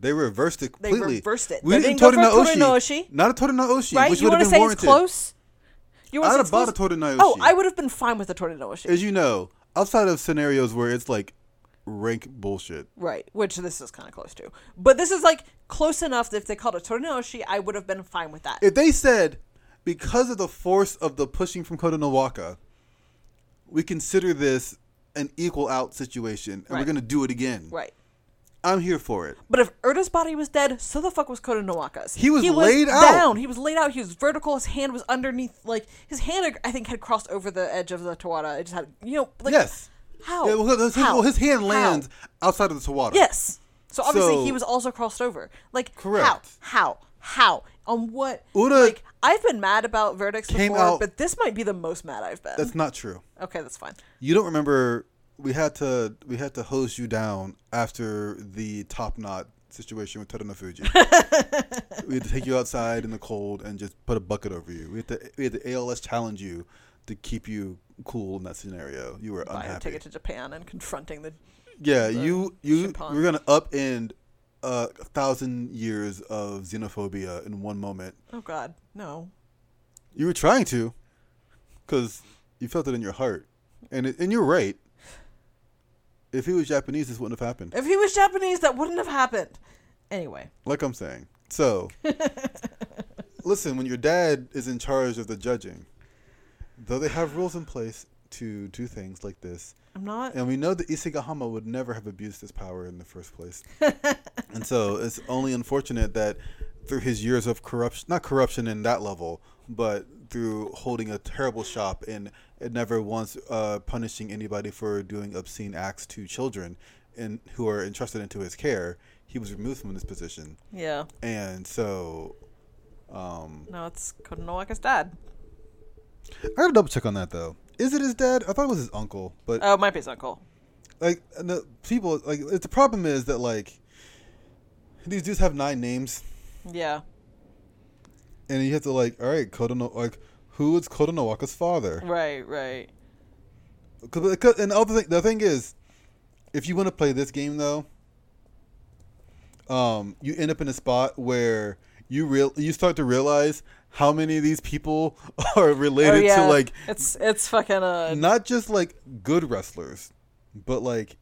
Speaker 2: They reversed it
Speaker 1: They
Speaker 2: completely.
Speaker 1: reversed it.
Speaker 2: We
Speaker 1: They
Speaker 2: didn't
Speaker 1: didn't go for a
Speaker 2: Torinaoshi.
Speaker 1: Torinaoshi.
Speaker 2: Not a Torinaoshi,
Speaker 1: right
Speaker 2: which
Speaker 1: you
Speaker 2: would
Speaker 1: want
Speaker 2: have
Speaker 1: to
Speaker 2: been
Speaker 1: say
Speaker 2: warranted.
Speaker 1: it's close you want
Speaker 2: I'd
Speaker 1: to
Speaker 2: have
Speaker 1: say it's
Speaker 2: bought a
Speaker 1: close
Speaker 2: Torinaoshi.
Speaker 1: oh I would have been fine with a Torinaoshi
Speaker 2: As you know, outside of scenarios where it's like rank bullshit,
Speaker 1: Right, which this is kind of close to. But this is like close enough that if they called it Torinoshi, I would have been fine with that.
Speaker 2: if they said because of the force of the pushing from Kota Nowaka, we consider this an equal out situation and we're
Speaker 1: Right.
Speaker 2: going to do it again.
Speaker 1: right.
Speaker 2: I'm here for it.
Speaker 1: But if Erda's body was dead, so the fuck was Kota Nowaka's.
Speaker 2: He was laid out.
Speaker 1: down. He was laid out. He was vertical. His hand was underneath. Like his hand, I think, had crossed over the edge of the Tawada. It just had, you know, like
Speaker 2: yes.
Speaker 1: How?
Speaker 2: Yeah, well, his, his-
Speaker 1: How?
Speaker 2: well, his hand
Speaker 1: How?
Speaker 2: lands outside of the Tawada.
Speaker 1: Yes. So obviously
Speaker 2: So-
Speaker 1: he was also crossed over. Like
Speaker 2: Correct.
Speaker 1: How? How? How? On what?
Speaker 2: Uda-
Speaker 1: like I've been mad about verdicts
Speaker 2: Came
Speaker 1: before,
Speaker 2: out-
Speaker 1: but this might be the most mad I've been.
Speaker 2: That's not true.
Speaker 1: okay, that's fine.
Speaker 2: You don't remember we had to we had to hose you down after the top knot situation with Tadano Fuji. we had to take you outside in the cold and just put a bucket over you. We had to we had to ALS challenge you to keep you cool in that scenario. You were
Speaker 1: Buying a
Speaker 2: unhappy.
Speaker 1: ticket to Japan and confronting the
Speaker 2: yeah, you you
Speaker 1: Shippon.
Speaker 2: we're gonna upend a thousand years of xenophobia in one moment.
Speaker 1: Oh God, no.
Speaker 2: You were trying to, because you felt it in your heart, and it, and you're right. If he was Japanese, this wouldn't have happened.
Speaker 1: If he was Japanese, that wouldn't have happened. Anyway,
Speaker 2: Like I'm saying. So, listen, when your dad is in charge of the judging, though they have rules in place to do things like this,
Speaker 1: I'm not.
Speaker 2: and we know that Isegahama would never have abused his power in the first place. and so it's only unfortunate that through his years of corruption, not corruption in that level, but through holding a terrible shop and and never once uh, punishing anybody for doing obscene acts to children and who are entrusted into his care, he was removed from this position.
Speaker 1: Yeah,
Speaker 2: And so um,
Speaker 1: no, it's Kodonowaka's dad.
Speaker 2: I gotta double check on that though. Is it his dad? I thought it was his uncle, but
Speaker 1: Oh, it might be his uncle.
Speaker 2: like and the people like it's the problem is that like these dudes have nine names
Speaker 1: Yeah,
Speaker 2: and you have to like all right Kodono like who is Kodonowaka's father
Speaker 1: right, right.
Speaker 2: 'Cause- 'cause- and the other thing the thing is if you want to play this game though um you end up in a spot where you real you start to realize how many of these people are
Speaker 1: Oh
Speaker 2: related
Speaker 1: yeah,
Speaker 2: to like
Speaker 1: it's it's fucking uh
Speaker 2: not just like good wrestlers, but like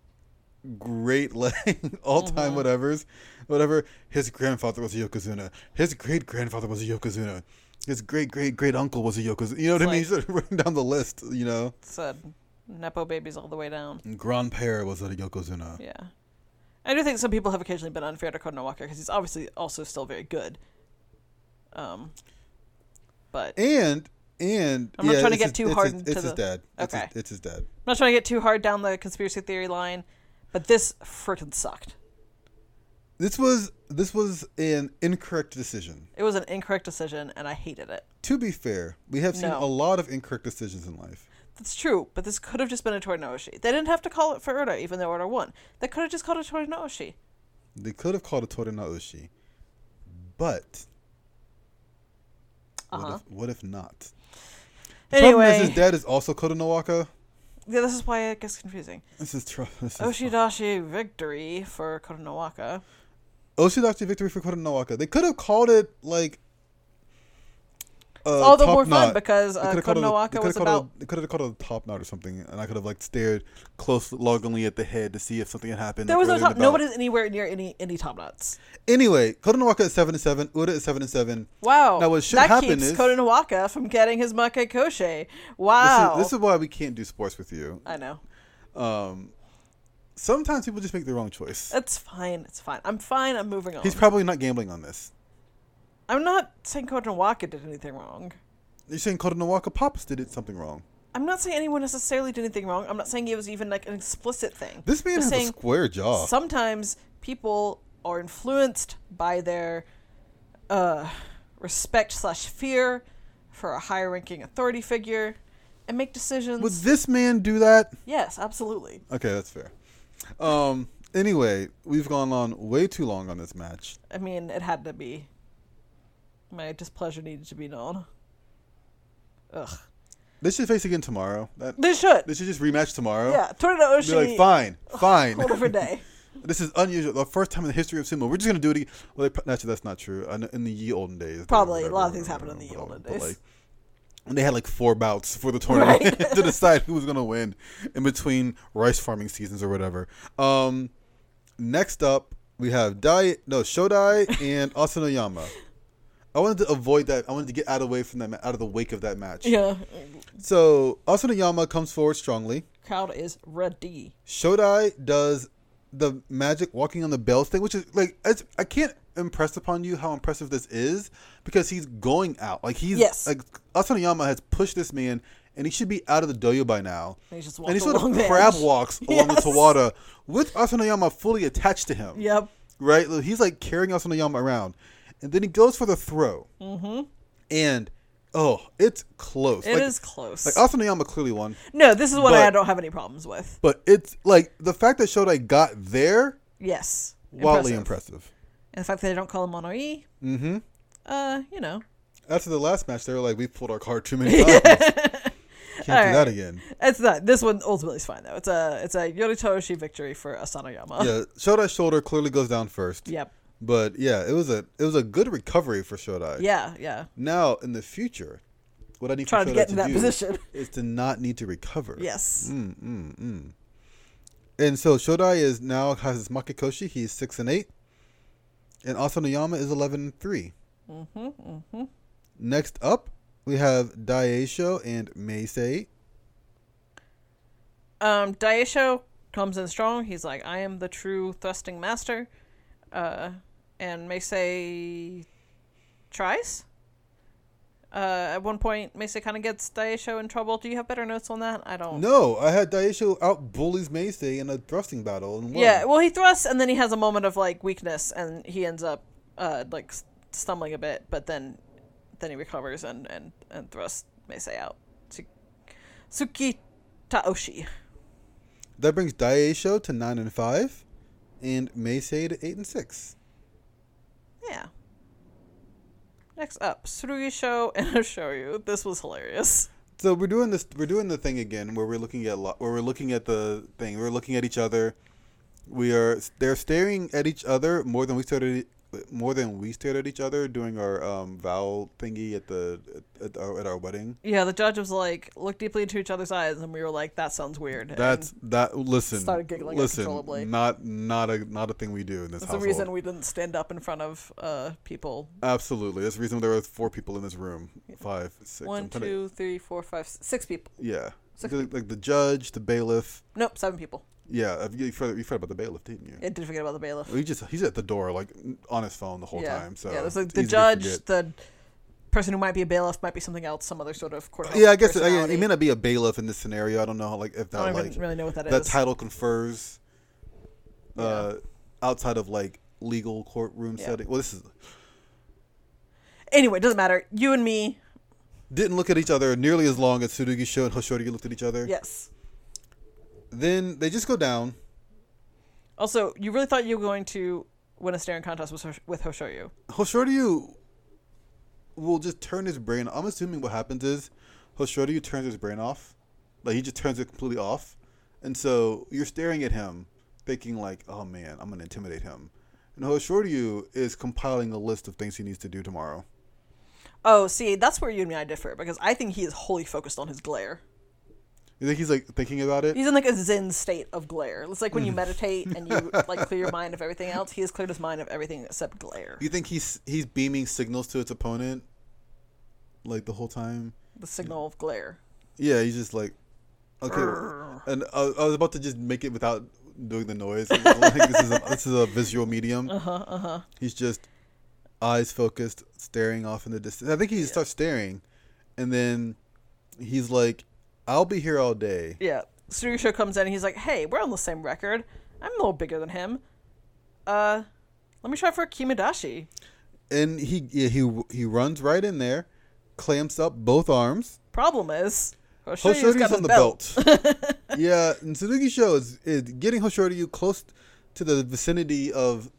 Speaker 2: great like all time
Speaker 1: Mm-hmm.
Speaker 2: whatevers, whatever. His grandfather was a yokozuna. His great grandfather was a yokozuna. His great great great uncle was a yokozuna. You know what I mean? You
Speaker 1: It's
Speaker 2: start running down the list. You know,
Speaker 1: it's uh, nepo babies all the way down.
Speaker 2: grandpere was a yokozuna.
Speaker 1: Yeah, I do think some people have occasionally been unfair to Kodonowaka because he's obviously also still very good. Um, but I'm
Speaker 2: And and
Speaker 1: I'm not trying to
Speaker 2: it's
Speaker 1: get
Speaker 2: his-
Speaker 1: too
Speaker 2: it's
Speaker 1: hard
Speaker 2: His,
Speaker 1: into
Speaker 2: it's his
Speaker 1: the-
Speaker 2: dad. It's his-
Speaker 1: Okay.
Speaker 2: it's his dad.
Speaker 1: not trying to get too hard down the conspiracy theory line, but this freaking sucked.
Speaker 2: This was this was an incorrect decision.
Speaker 1: It was an incorrect decision, and I hated it.
Speaker 2: To be fair, we have seen
Speaker 1: No.
Speaker 2: a lot of incorrect decisions in life.
Speaker 1: That's true, but this could have just been a Torinoshi. They didn't have to call it for Urda, even though Urda won. They could have just called it Torinoshi.
Speaker 2: They could have called it Torinaoshi, but what,
Speaker 1: Uh-huh.
Speaker 2: if, what if not? The problem is
Speaker 1: Anyway,
Speaker 2: his dad is also Kodonowaka.
Speaker 1: yeah, this is why it gets confusing.
Speaker 2: This is true. This is
Speaker 1: Oshidashi victory for Kotonowaka.
Speaker 2: Oshidachi victory for Kodonowaka. They could have called it like uh,
Speaker 1: all the
Speaker 2: top
Speaker 1: more fun
Speaker 2: knot.
Speaker 1: because
Speaker 2: They
Speaker 1: uh,
Speaker 2: coulda called it a- they
Speaker 1: Konowaka
Speaker 2: coulda
Speaker 1: was
Speaker 2: called
Speaker 1: about
Speaker 2: it a- They could have called it a top knot or something, and I could have like stared close longingly at the head to see if something had happened.
Speaker 1: There was no
Speaker 2: earlier in
Speaker 1: top.
Speaker 2: the battle.
Speaker 1: Nobody's anywhere near any any top knots.
Speaker 2: Anyway, Kotonowaka is seven and seven. Uda is seven and seven.
Speaker 1: Wow.
Speaker 2: Now, what should
Speaker 1: that
Speaker 2: happen
Speaker 1: keeps
Speaker 2: is-
Speaker 1: Kononawaka from getting his Makai Koshe.
Speaker 2: This is-
Speaker 1: Wow.
Speaker 2: This, is, why we can't do sports with you.
Speaker 1: I know.
Speaker 2: Um, sometimes people just make the wrong choice.
Speaker 1: It's fine. It's fine. I'm fine. I'm moving on.
Speaker 2: He's probably not gambling on this.
Speaker 1: I'm not saying Kononawaka did anything wrong.
Speaker 2: You're saying Kotonowaka Pops did it something wrong.
Speaker 1: I'm not saying anyone necessarily did anything wrong. I'm not saying it was even like an explicit thing.
Speaker 2: This man
Speaker 1: I'm
Speaker 2: has a
Speaker 1: saying
Speaker 2: square jaw.
Speaker 1: sometimes people are influenced by their uh, respect slash fear for a high ranking authority figure and make decisions.
Speaker 2: Would this man do that?
Speaker 1: yes, absolutely.
Speaker 2: Okay, that's fair. Um, anyway, we've gone on way too long on this match.
Speaker 1: I mean, it had to be. My displeasure needed to be known. Ugh.
Speaker 2: They should face again tomorrow. That,
Speaker 1: They should.
Speaker 2: they should just rematch tomorrow.
Speaker 1: Yeah, Tornado
Speaker 2: Be
Speaker 1: Oshi.
Speaker 2: like, fine, fine.
Speaker 1: Hold over day.
Speaker 2: This is unusual. The first time in the history of sumo, we're just gonna do it. Again. Well, they, actually, that's not true. I know- In the ye olden days, they-
Speaker 1: Probably. A
Speaker 2: whatever,
Speaker 1: lot of things
Speaker 2: whatever,
Speaker 1: happened in the ye
Speaker 2: whatever,
Speaker 1: olden
Speaker 2: but,
Speaker 1: days.
Speaker 2: like, and they had like four bouts for the tournament
Speaker 1: Right.
Speaker 2: to decide who was gonna win in between rice farming seasons or whatever. Um, next up, we have Dai, no Shodai and Asanoyama. I wanted to avoid that. I wanted to get out of the way from that, ma- out of the wake of that match.
Speaker 1: Yeah.
Speaker 2: So Asanoyama comes forward strongly.
Speaker 1: Crowd is ready.
Speaker 2: Shodai does the magic walking on the bells thing, which is like it's, I can't impress upon you how impressive this is because he's going out. Like he's
Speaker 1: Yes.
Speaker 2: like Asanayama has pushed this man, and he should be out of the doyo by now.
Speaker 1: And he just
Speaker 2: and he
Speaker 1: walked
Speaker 2: sort of
Speaker 1: along the
Speaker 2: crab
Speaker 1: edge.
Speaker 2: walks along
Speaker 1: Yes.
Speaker 2: the Tawada with Asanayama fully attached to him.
Speaker 1: Yep.
Speaker 2: Right? Like, He's like carrying Asanayama around, and then he goes for the throw. Mm-hmm. And oh, it's close.
Speaker 1: It is
Speaker 2: like,
Speaker 1: close.
Speaker 2: Like Asanayama clearly won.
Speaker 1: no, this is what I
Speaker 2: but-
Speaker 1: don't have any problems with.
Speaker 2: But it's like the fact that Shodai got there,
Speaker 1: Yes.
Speaker 2: wildly impressive.
Speaker 1: And the fact that they don't call him Monoe. Mm-hmm. Uh, you know.
Speaker 2: After the last match, they were like, "We've pulled our card too many times. Can't do that
Speaker 1: right.
Speaker 2: again."
Speaker 1: It's not this one ultimately is fine though. It's a it's a Yoritoshi victory for Asanayama.
Speaker 2: Yeah, Shodai's shoulder clearly goes down first.
Speaker 1: Yep.
Speaker 2: But yeah, it was a it was a good recovery for Shodai.
Speaker 1: Yeah, yeah.
Speaker 2: Now in the future, what I need
Speaker 1: Trying
Speaker 2: for
Speaker 1: to
Speaker 2: Shodai
Speaker 1: get in that
Speaker 2: do
Speaker 1: position.
Speaker 2: is to not need to recover.
Speaker 1: Yes.
Speaker 2: And so Shodai is now has his Makikoshi. He's six and eight, and Asanayama is eleven and 3 Mm-hmm, mm-hmm. Next up, we have Daisho and Meisei.
Speaker 1: Um, Daisho comes in strong. He's like, I am the true thrusting master. Uh, and Meisei tries. Uh, at one point, Meisei kind of gets Daisho in trouble. Do you have better notes on that? I don't.
Speaker 2: No, I had Daisho out bullies Meisei in a thrusting battle. And won.
Speaker 1: Yeah, well, he thrusts and then he has a moment of like weakness and he ends up uh, like s- stumbling a bit, but then then he recovers and and and thrusts Meisei out. Su- Suki Taoshi.
Speaker 2: that brings Daisho to nine and five, and Meisei to eight and six.
Speaker 1: Yeah. Next up, Tsurugi Show and Oshoryu. This was hilarious.
Speaker 2: So we're doing this. We're doing the thing again where we're looking at lo- where we're looking at the thing. We're looking at each other. We are. They're staring at each other more than we started. More than we stared at each other during our um, vow thingy at the at, at, our, at our wedding.
Speaker 1: Yeah, the judge was like, look deeply into each other's eyes, and we were like, that sounds weird. and
Speaker 2: That's that. Listen,
Speaker 1: Started giggling uncontrollably.
Speaker 2: listen. Not not a not a thing we do in this.
Speaker 1: that's the
Speaker 2: household.
Speaker 1: reason we didn't stand up in front of uh, people.
Speaker 2: Absolutely. That's the reason there were four people in this room. Five, six.
Speaker 1: One,
Speaker 2: I'm trying to-
Speaker 1: two, three, four, five, s- six people.
Speaker 2: Yeah.
Speaker 1: six
Speaker 2: Like, like the judge, the bailiff.
Speaker 1: Nope, seven people.
Speaker 2: Yeah, I've- you forgot, you forgot about the bailiff, didn't you?
Speaker 1: I did forget about the bailiff.
Speaker 2: Well, he just he's at the door, like on his phone the whole
Speaker 1: yeah.
Speaker 2: time. So
Speaker 1: yeah, there's
Speaker 2: it's
Speaker 1: like the
Speaker 2: easy to
Speaker 1: judge,
Speaker 2: forget.
Speaker 1: the person who might be a bailiff, might be something else, some other sort of court.
Speaker 2: yeah, I guess I,
Speaker 1: personality.
Speaker 2: it may not be a bailiff in this scenario. I don't know, like if that
Speaker 1: I don't
Speaker 2: like
Speaker 1: even really know what that
Speaker 2: that
Speaker 1: is.
Speaker 2: title confers uh,
Speaker 1: Yeah.
Speaker 2: outside of like legal courtroom
Speaker 1: Yeah.
Speaker 2: setting. Well, this is
Speaker 1: Anyway, doesn't matter. You and me,
Speaker 2: didn't look at each other nearly as long as Tsurugi Sho and Hoshoryu looked at each other.
Speaker 1: yes.
Speaker 2: Then they just go down.
Speaker 1: Also, you really thought you were going to win a staring contest with Hosh- with Hoshoryu.
Speaker 2: Hoshoryu will just turn his brain. I'm assuming what happens is Hoshoryu turns his brain off, like he just turns it completely off, and so you're staring at him, thinking like, "Oh man, I'm gonna intimidate him." And Hoshoryu is compiling a list of things he needs to do tomorrow.
Speaker 1: Oh, see, that's where you and I differ because I think he is wholly focused on his glare.
Speaker 2: You think he's like thinking about it?
Speaker 1: He's in like a zen state of glare. It's like when
Speaker 2: Hmm.
Speaker 1: you meditate and you like clear your mind of everything else. He has cleared his mind of everything except glare.
Speaker 2: You think he's he's beaming signals to its opponent, like the whole time?
Speaker 1: The signal of glare.
Speaker 2: Yeah, he's just like, okay. And I, I was about to just make it without doing the noise. I don't think this is a, this is a visual medium. Uh huh. Uh huh. He's just eyes focused, staring off in the distance. I think he just starts staring, and then he's like, "I'll be here all day."
Speaker 1: Yeah. Studio Show comes in and he's like, "Hey, we're on the same record. I'm a little bigger than him. Uh, let me try for a Kimidashi."
Speaker 2: And he yeah, he he runs right in there, clamps up both arms.
Speaker 1: Problem is, Hoshoryu has
Speaker 2: Hoshoryu's
Speaker 1: got
Speaker 2: on the belt. yeah, and Tsurugi Show is, is getting Hoshoryu close to the vicinity of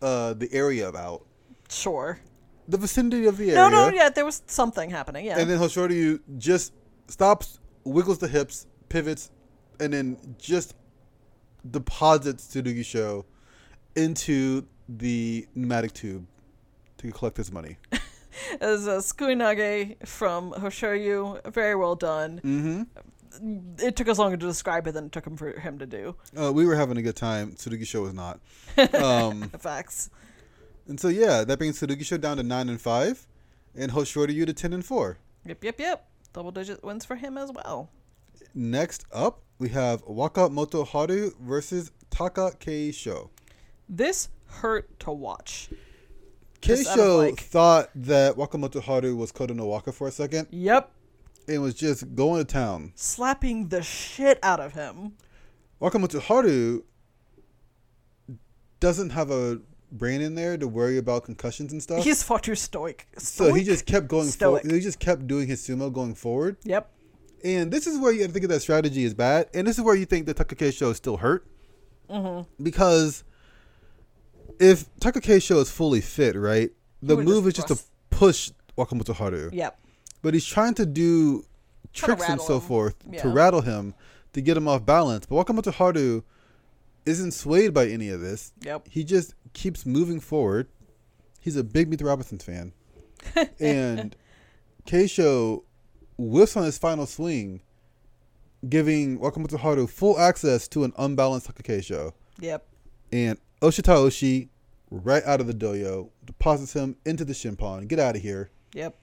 Speaker 2: uh, the area of out.
Speaker 1: Sure.
Speaker 2: The vicinity of the area.
Speaker 1: No, no, yeah, there was something happening. Yeah.
Speaker 2: And then Hoshoryu just stops, wiggles the hips, pivots, and then just deposits Tsurugi Show into the pneumatic tube to collect his money.
Speaker 1: as a Skuinage from Hoshoryu. Very well done.
Speaker 2: Mm.
Speaker 1: Mm-hmm. It took us longer to describe it than it took him for him to do.
Speaker 2: Uh, we were having a good time. Tsurugi Show was not. Um,
Speaker 1: Facts.
Speaker 2: And so yeah, that brings Tsurugi Show down to nine and five, and Hoshoryu to ten and four.
Speaker 1: Yep, yep, yep. Double digit wins for him as well.
Speaker 2: Next up, we have Wakamoto Haru versus Taka Keisho.
Speaker 1: This hurt to watch. Just out of,
Speaker 2: Keisho
Speaker 1: like-
Speaker 2: thought that Wakamoto Haru was Kodo no Waka for a second
Speaker 1: Yep.
Speaker 2: and was just going to town.
Speaker 1: Slapping the shit out of him.
Speaker 2: Wakamoto Haru doesn't have a brain in there to worry about concussions and stuff.
Speaker 1: He's far too stoic.
Speaker 2: Uh, so he
Speaker 1: Stoic?
Speaker 2: just kept going
Speaker 1: Stoic.
Speaker 2: forward. He just kept doing his sumo going forward.
Speaker 1: Yep.
Speaker 2: And this is where you think that strategy is bad. And this is where you think that Tucker K show is still hurt.
Speaker 1: Mm-hmm.
Speaker 2: Because if Tucker K show is fully fit, right, the
Speaker 1: would
Speaker 2: move
Speaker 1: just
Speaker 2: is just to push Wakamoto Haru.
Speaker 1: Yep.
Speaker 2: But he's trying to do tricks and
Speaker 1: rattle
Speaker 2: so
Speaker 1: him.
Speaker 2: forth to
Speaker 1: Yeah.
Speaker 2: rattle him to get him off balance. But Wakamoto Haru isn't swayed by any of this.
Speaker 1: Yep.
Speaker 2: He just keeps moving forward. He's a big Meet the Robinsons fan. and Keisho whiffs on his final swing, giving Wakamoto Haru full access to an unbalanced Keisho.
Speaker 1: Yep.
Speaker 2: And Oshitaoshi, right out of the doyo, deposits him into the shinpon. Get out of here.
Speaker 1: Yep.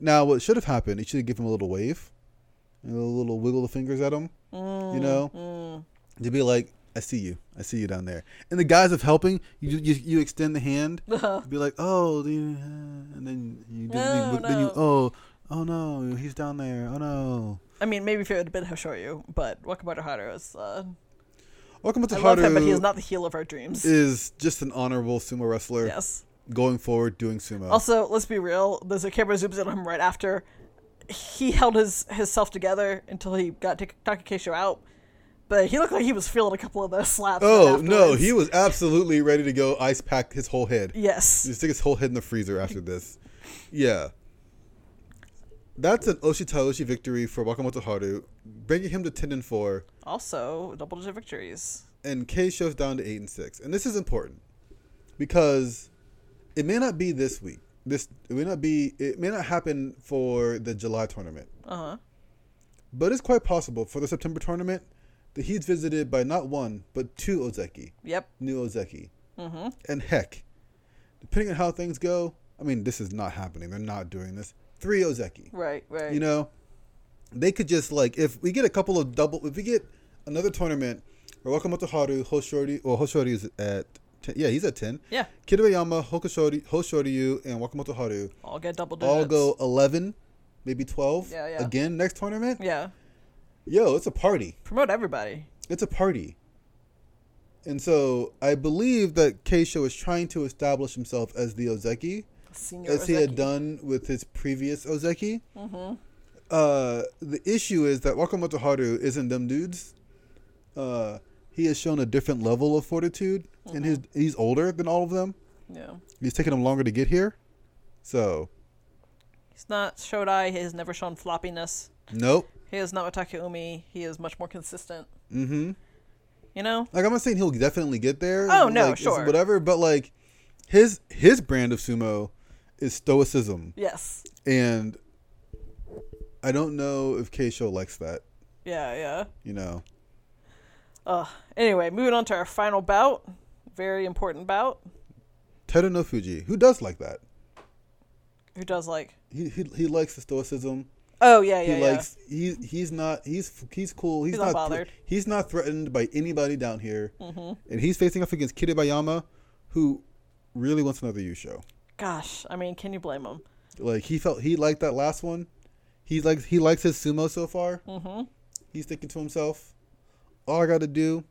Speaker 2: Now, what should have happened, he should have given him a little wave, and a little wiggle the fingers at him, you know,
Speaker 1: Mm,
Speaker 2: to be like, I see you. I see you down there. And the guise of helping, you you, you extend the hand, be like, oh, do you, uh," and then you, then, you,
Speaker 1: Uh-huh. No,
Speaker 2: then you-
Speaker 1: no.
Speaker 2: oh, oh no, he's down there, oh no.
Speaker 1: I mean, maybe if it had been Hoshoryu, but Wakamoto Haru is. Uh,
Speaker 2: Welcome to
Speaker 1: I love him, but he is
Speaker 2: Haru
Speaker 1: not the heel of our dreams.
Speaker 2: is just an honorable sumo wrestler
Speaker 1: yes.
Speaker 2: going forward, doing sumo.
Speaker 1: Also, let's be real. There's a camera zooms in on him right after. He held his his self together until he got Tak- Takakesho out, but he looked like he was feeling a couple of those slaps. right
Speaker 2: oh no,
Speaker 1: afterwards.
Speaker 2: he was absolutely ready to go ice pack his whole head.
Speaker 1: Yes.
Speaker 2: Just stick his whole head in the freezer after this. Yeah. That's an Oshitaoshi victory for Wakamoto Haru, bringing him to 10 and 4,
Speaker 1: Also, double digit victories.
Speaker 2: and K shows down to 8 and 6. And this is important because it may not be this week. This it may not be it may not happen for the July tournament.
Speaker 1: Uh huh.
Speaker 2: But it's quite possible for the September tournament that he's visited by not one, but two Ozeki.
Speaker 1: Yep.
Speaker 2: New Ozeki.
Speaker 1: Mm-hmm.
Speaker 2: And heck, depending on how things go, I mean, this is not happening. They're not doing this. Three Ozeki.
Speaker 1: Right. Right.
Speaker 2: You know, they could just like if we get a couple of double, if we get another tournament, or Wakamoto Haru, Hoshori, or Hoshori is at ten, yeah, he's at ten.
Speaker 1: Yeah.
Speaker 2: Kiribayama, Hokushori, Hoshoryu, and Wakamoto Haru
Speaker 1: All get double digits.
Speaker 2: all go eleven, maybe twelve.
Speaker 1: Yeah, yeah.
Speaker 2: Again next tournament.
Speaker 1: Yeah.
Speaker 2: Yo, it's a party
Speaker 1: Promote everybody.
Speaker 2: it's a party. And so I believe that Keisho is trying to establish himself as the Ozeki,
Speaker 1: Senior
Speaker 2: as he had
Speaker 1: Ozeki. Mm-hmm.
Speaker 2: done with his previous Ozeki. Uh, the issue is that Wakamoto Haru isn't them dudes. Uh, he has shown a different level of fortitude, and his,
Speaker 1: Mm-hmm.
Speaker 2: he's older than all of them.
Speaker 1: Yeah.
Speaker 2: He's taken him longer to get here. So,
Speaker 1: He's not Shodai. He has never shown floppiness.
Speaker 2: nope.
Speaker 1: He is not with Takeumi. He is much more consistent.
Speaker 2: Mm-hmm.
Speaker 1: You know?
Speaker 2: Like I'm not saying he'll definitely get there.
Speaker 1: Oh, no,
Speaker 2: like, it's
Speaker 1: sure.
Speaker 2: whatever. But like his his brand of sumo is stoicism,
Speaker 1: Yes.
Speaker 2: and I don't know if Keisho likes that.
Speaker 1: Yeah, yeah.
Speaker 2: You know,
Speaker 1: Uh, anyway, moving on to our final bout. Very important bout.
Speaker 2: Ted no Fuji, who does like that?
Speaker 1: Who does like?
Speaker 2: He he, he likes the stoicism.
Speaker 1: Oh yeah, yeah,
Speaker 2: he
Speaker 1: yeah.
Speaker 2: likes he he's not he's he's cool. He's,
Speaker 1: He's
Speaker 2: not
Speaker 1: not
Speaker 2: thre-
Speaker 1: bothered.
Speaker 2: he's not threatened by anybody down here, and he's facing off against Kitabayama, who really wants another Yu show.
Speaker 1: Gosh, I mean, can you blame him?
Speaker 2: Like he felt he liked that last one. He likes he likes his sumo so far. Mm-hmm. He's thinking to himself, all I got to do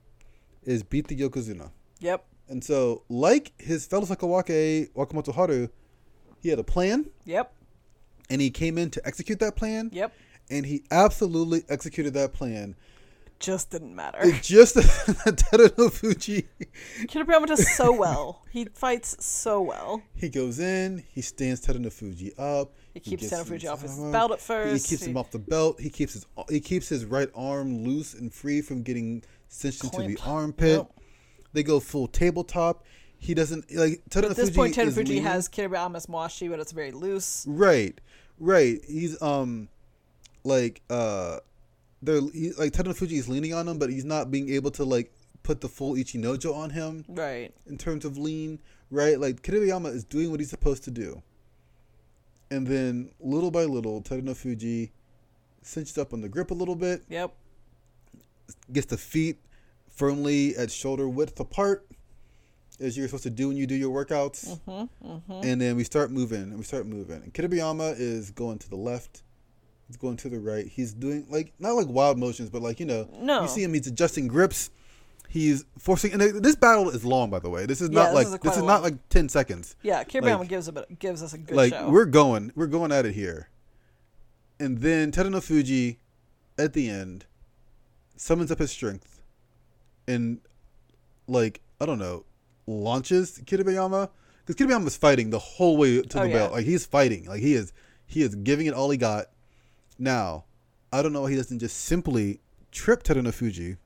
Speaker 2: is beat the yokozuna.
Speaker 1: Yep.
Speaker 2: And so, like his fellow Sakawake Wakamoto Haru, he had a plan,
Speaker 1: Yep.
Speaker 2: and he came in to execute that plan.
Speaker 1: Yep.
Speaker 2: And he absolutely executed that plan.
Speaker 1: Just didn't matter.
Speaker 2: It just Teta no Fuji.
Speaker 1: Kitabayama does so well. He fights so well.
Speaker 2: He goes in. He stands Teta no Fuji up.
Speaker 1: He keeps
Speaker 2: gets
Speaker 1: Teta Fuji
Speaker 2: his
Speaker 1: off his
Speaker 2: arm up.
Speaker 1: belt at
Speaker 2: He
Speaker 1: first.
Speaker 2: keeps
Speaker 1: He-
Speaker 2: him off the belt. He keeps his he keeps his right arm loose and free from getting cinched into the
Speaker 1: Clamp.
Speaker 2: armpit.
Speaker 1: Yep.
Speaker 2: They go full tabletop. He doesn't like Teta
Speaker 1: At
Speaker 2: no
Speaker 1: this
Speaker 2: Fuji
Speaker 1: point, Teta
Speaker 2: is
Speaker 1: Fuji
Speaker 2: leaning-
Speaker 1: has Kitabayama's washi, but it's very loose.
Speaker 2: Right, right. He's um, like uh, they're he, like Tadano Fuji is leaning on him, but he's not being able to like put the full Ichinojo on him
Speaker 1: Right.
Speaker 2: in terms of lean. Right, like Kitabayama is doing what he's supposed to do, and then little by little, Tadano Fuji cinched up on the grip a little bit,
Speaker 1: Yep.
Speaker 2: gets the feet firmly at shoulder width apart, as you're supposed to do when you do your workouts.
Speaker 1: Mm-hmm,
Speaker 2: And then we start moving and we start moving. And Kitabayama is going to the left. He's going to the right. He's doing like not like wild motions, but like you know,
Speaker 1: No.
Speaker 2: you see him. He's adjusting grips. He's forcing. And this battle is long, by the way. This is
Speaker 1: Yeah,
Speaker 2: not
Speaker 1: this
Speaker 2: like
Speaker 1: is
Speaker 2: this is,
Speaker 1: quite a
Speaker 2: not
Speaker 1: long-
Speaker 2: like ten seconds.
Speaker 1: Yeah, Kitabayama
Speaker 2: Like-
Speaker 1: gives a bit, gives us a good
Speaker 2: like
Speaker 1: show.
Speaker 2: we're going, we're going at it here. And then Tada no Fuji, at the end, summons up his strength, and like I don't know, launches Kitabayama because Kitabayama's fighting the whole way to
Speaker 1: Oh,
Speaker 2: the
Speaker 1: yeah.
Speaker 2: belt. Like he's fighting, like he is, he is giving it all he got. Now, I don't know why he doesn't just simply trip Tada no Fuji.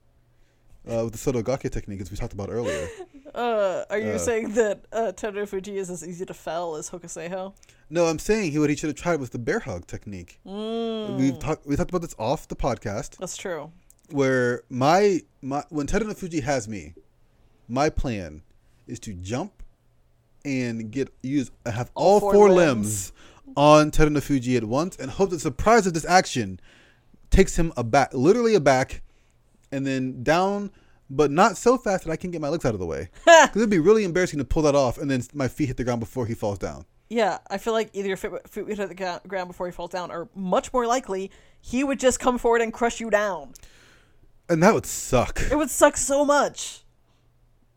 Speaker 2: Uh, with the Sotogake technique, as we talked about earlier.
Speaker 1: Uh, are you
Speaker 2: Uh,
Speaker 1: saying that uh, Teta Fuji is as easy to fell as Hokuseiho?
Speaker 2: No, I'm saying he what he should have tried was the bear hug technique. We've talked we talked about this off the podcast
Speaker 1: That's true.
Speaker 2: where my my when Ted Fuji has me, my plan is to jump and get use have all, four,
Speaker 1: four
Speaker 2: limbs. on Ted Fuji at once and hope the surprise of this action takes him aback literally aback and then down but not so fast that I can get my legs out of the way. Because it'd be really embarrassing to pull that off and then my feet hit the ground before he falls down.
Speaker 1: Yeah, I feel like either your foot, foot would hit the gra- ground before he falls down, or much more likely, he would just come forward and crush you down.
Speaker 2: And that would suck.
Speaker 1: It would suck so much.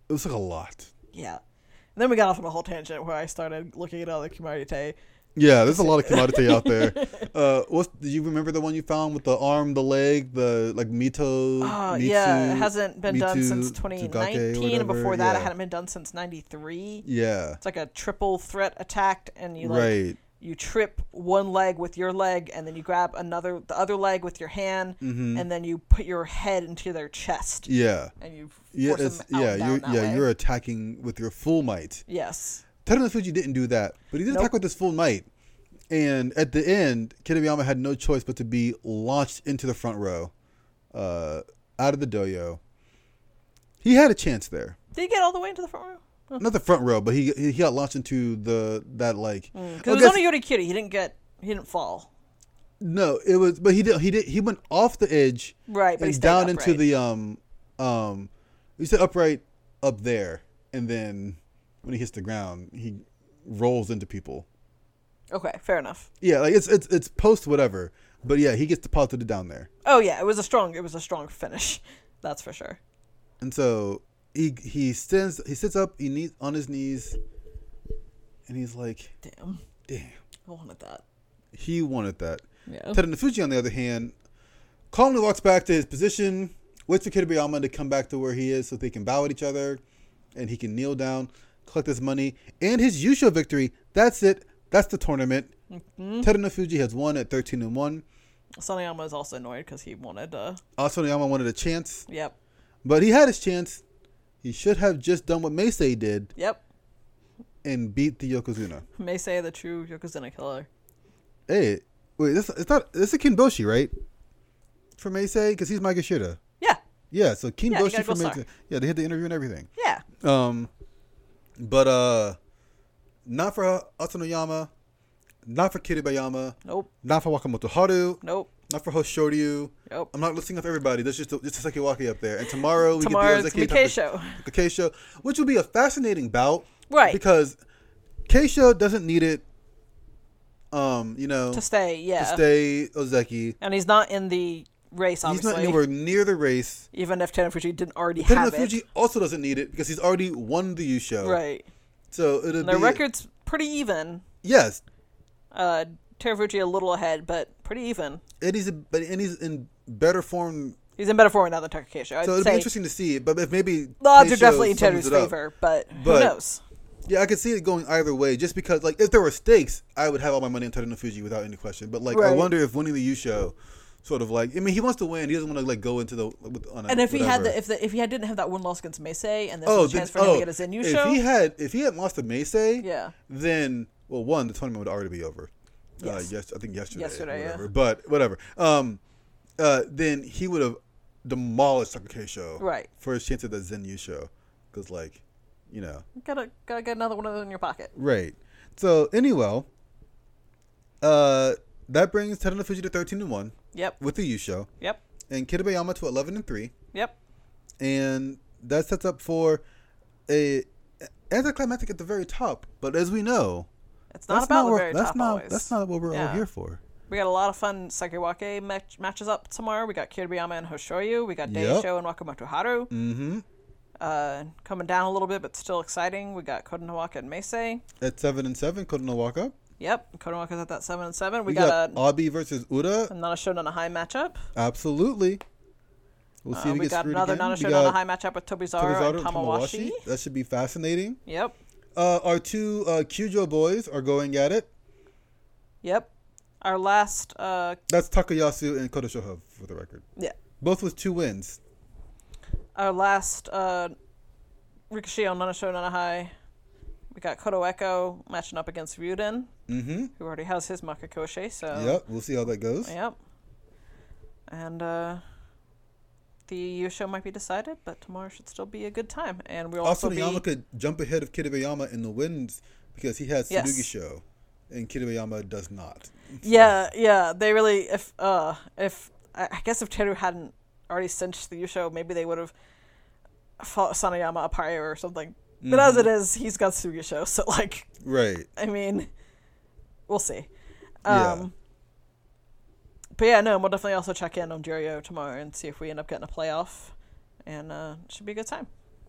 Speaker 2: It was like a lot.
Speaker 1: Yeah. And then we got off on a whole tangent where I started looking at all the Kimarite.
Speaker 2: Yeah, there's a lot of commodity out there. Uh, what's do you remember the one you found with the arm, the leg, the like mito?
Speaker 1: Uh,
Speaker 2: mitsu-
Speaker 1: yeah, it hasn't been done
Speaker 2: mitu-
Speaker 1: since
Speaker 2: tsugake,
Speaker 1: 2019, and
Speaker 2: whatever,
Speaker 1: before that,
Speaker 2: yeah.
Speaker 1: it hadn't been done since 93.
Speaker 2: Yeah,
Speaker 1: It's like a triple threat attack, and you like
Speaker 2: right.
Speaker 1: you trip one leg with your leg and then you grab another the other leg with your hand
Speaker 2: Mm-hmm.
Speaker 1: and then you put your head into their chest
Speaker 2: Yeah,
Speaker 1: and you force
Speaker 2: yeah,
Speaker 1: them
Speaker 2: it's,
Speaker 1: out
Speaker 2: yeah.
Speaker 1: down
Speaker 2: You're
Speaker 1: that
Speaker 2: yeah,
Speaker 1: way.
Speaker 2: you're attacking with your full might.
Speaker 1: yes
Speaker 2: Tadano Fuji didn't do that, but he did
Speaker 1: Nope.
Speaker 2: attack with his full might. And at the end, Kitabayama had no choice but to be launched into the front row, uh, out of the doyo. He had a chance there.
Speaker 1: did you get all the way into the front row
Speaker 2: not the front row, but he he got launched into the that like.
Speaker 1: because
Speaker 2: I
Speaker 1: Mm. it was
Speaker 2: guess-
Speaker 1: only Yori Kitty he didn't get he didn't fall
Speaker 2: no, it was, but he did he did he went off the edge,
Speaker 1: Right, but he
Speaker 2: and
Speaker 1: stayed
Speaker 2: down into
Speaker 1: upright.
Speaker 2: the um um, he said upright up there, and then when he hits the ground, he rolls into people.
Speaker 1: okay fair enough
Speaker 2: Yeah, like it's it's it's post whatever, but yeah, he gets deposited down there,
Speaker 1: oh yeah it was a strong it was a strong finish that's for sure
Speaker 2: and so he he stands he sits up he knees on his knees, and he's like,
Speaker 1: damn
Speaker 2: damn,
Speaker 1: I wanted that
Speaker 2: he wanted that.
Speaker 1: yeah
Speaker 2: Ted Nafuji, on the other hand, calmly walks back to his position, waits for Kitabayama to come back to where he is so they can bow at each other and he can kneel down, collect his money, and his Yusho victory. That's it. That's the tournament. mm has won at 13 and 1.
Speaker 1: Sonayama is also annoyed because he wanted uh
Speaker 2: Asanayama wanted a chance,
Speaker 1: yep
Speaker 2: but he had his chance. He should have just done what Meisei did
Speaker 1: yep
Speaker 2: and beat the Yokozuna.
Speaker 1: May say the true Yokozuna killer.
Speaker 2: Hey, wait, this it's not this is Kinboshi, right? For Meisei, because he's my Gashira.
Speaker 1: Yeah,
Speaker 2: Yeah, so
Speaker 1: Yeah, he
Speaker 2: Kinboshi
Speaker 1: got a
Speaker 2: for
Speaker 1: gold star.
Speaker 2: Meisei. Yeah, they had the interview and everything.
Speaker 1: yeah.
Speaker 2: Um, but uh, not for Atsunoyama, not for Kiribayama,
Speaker 1: Nope,
Speaker 2: not for Wakamoto Haru,
Speaker 1: nope,
Speaker 2: not for Hoshoryu.
Speaker 1: nope.
Speaker 2: I'm not listing off everybody. That's just just Sakiwaki up there. And tomorrow we
Speaker 1: Tomorrow
Speaker 2: get
Speaker 1: it's
Speaker 2: the Ozaki
Speaker 1: Mikesho.
Speaker 2: Keisha, which will be a fascinating bout,
Speaker 1: Right.
Speaker 2: Because Keisha doesn't need it. Um, you know,
Speaker 1: To stay, yeah.
Speaker 2: to stay Ozeki.
Speaker 1: And he's not in the race,
Speaker 2: He's
Speaker 1: obviously.
Speaker 2: not anywhere near the race.
Speaker 1: Even if Tenafuji didn't already have it.
Speaker 2: Fuji also doesn't need it because he's already won the U show.
Speaker 1: Right.
Speaker 2: So it'll
Speaker 1: And their
Speaker 2: be
Speaker 1: record's pretty even.
Speaker 2: yes,
Speaker 1: Uh, Tenafuji a little ahead, but pretty even.
Speaker 2: and he's a, but and he's in better form.
Speaker 1: He's in better form now than Takakesho. I'd
Speaker 2: So it'll be
Speaker 1: say
Speaker 2: interesting to see. But if maybe
Speaker 1: the odds are
Speaker 2: Keisha
Speaker 1: definitely in
Speaker 2: sums
Speaker 1: Teru's
Speaker 2: it up.
Speaker 1: favor, but, who
Speaker 2: But-
Speaker 1: knows?
Speaker 2: Yeah, I could see it going either way. Just because, like, if there were stakes, I would have all my money on Tadano Fuji without any question. But like, I
Speaker 1: Right.
Speaker 2: wonder if winning the U show, sort of like, I mean, he wants to win. He doesn't want to like go into the with, on a,
Speaker 1: And if he had
Speaker 2: whatever.
Speaker 1: the if the if he had, didn't have that one loss against Mesei and this
Speaker 2: oh,
Speaker 1: was a
Speaker 2: then,
Speaker 1: chance for him
Speaker 2: oh
Speaker 1: to get his in you
Speaker 2: if
Speaker 1: show,
Speaker 2: he had if he had lost to Meisei,
Speaker 1: Yeah.
Speaker 2: then well, one the tournament would already be over.
Speaker 1: Yes.
Speaker 2: Uh, yes, I think yesterday.
Speaker 1: Yesterday, yeah.
Speaker 2: whatever. But whatever. Um, uh, then he would have demolished Tucker K show
Speaker 1: Right.
Speaker 2: for his chance at the Zen U show, because like, you know.
Speaker 1: gotta gotta get another one of those in your pocket.
Speaker 2: Right. So anyway, uh, that brings Tadano Fuji to thirteen and one
Speaker 1: Yep.
Speaker 2: with the U show,
Speaker 1: Yep.
Speaker 2: and Kitabayama to eleven and three,
Speaker 1: Yep.
Speaker 2: and that sets up for a anticlimactic at the very top. But as we know,
Speaker 1: It's not about the
Speaker 2: what-
Speaker 1: very
Speaker 2: that's
Speaker 1: top
Speaker 2: not
Speaker 1: always.
Speaker 2: that's not what we're all
Speaker 1: Yeah.
Speaker 2: here for.
Speaker 1: We got a lot of fun Sakiwake match- matches up tomorrow. We got Kiribayama and Hoshoryu. We got
Speaker 2: Yep.
Speaker 1: Daisho and Wakamoto Haru.
Speaker 2: Mm-hmm.
Speaker 1: Uh, coming down a little bit, but still exciting. We got Kodanawaka and Meisei.
Speaker 2: At seven and seven, Kodana Waka.
Speaker 1: Yep, Kodanawaka's at that 7 and 7. We,
Speaker 2: We
Speaker 1: got,
Speaker 2: got,
Speaker 1: a,
Speaker 2: Abi versus Uda.
Speaker 1: another show on a high matchup.
Speaker 2: Absolutely. We'll see
Speaker 1: Uh,
Speaker 2: if he
Speaker 1: we
Speaker 2: gets
Speaker 1: got
Speaker 2: screwed
Speaker 1: another
Speaker 2: again.
Speaker 1: non
Speaker 2: We
Speaker 1: show on a
Speaker 2: got
Speaker 1: high matchup with Tobizaru
Speaker 2: Tozaru
Speaker 1: and Tamawashi.
Speaker 2: That should be fascinating.
Speaker 1: Yep,
Speaker 2: Uh, our two uh, Kyujo boys are going at it.
Speaker 1: yep. Our last, uh,
Speaker 2: That's Takayasu and Kota Shohei, for the record.
Speaker 1: yeah,
Speaker 2: Both with two wins.
Speaker 1: our last uh, Ricochet on Nana Show Nanahai. We got Koto Echo matching up against Ryuden,
Speaker 2: Mm-hmm.
Speaker 1: who already has his Makakoshe, so.
Speaker 2: Yep. We'll see how that goes.
Speaker 1: Yep. And uh, the U show might be decided, but tomorrow should still be a good time. And we'll also,
Speaker 2: Also,
Speaker 1: be.
Speaker 2: Yama could jump ahead of Kitabayama in the wins because he has
Speaker 1: Yes.
Speaker 2: Tsurugi Show, and Kitabayama does not.
Speaker 1: Yeah, yeah. They really, if uh, if I I guess if Teru hadn't already cinched the U show, maybe they would have fought Sanayama up higher or something. But as it is, he's got Sugi show, so like,
Speaker 2: Right.
Speaker 1: I mean, we'll see.
Speaker 2: Yeah.
Speaker 1: Um, But yeah, no, we'll definitely also check in on Jurio tomorrow and see if we end up getting a playoff, and uh, should be a good time.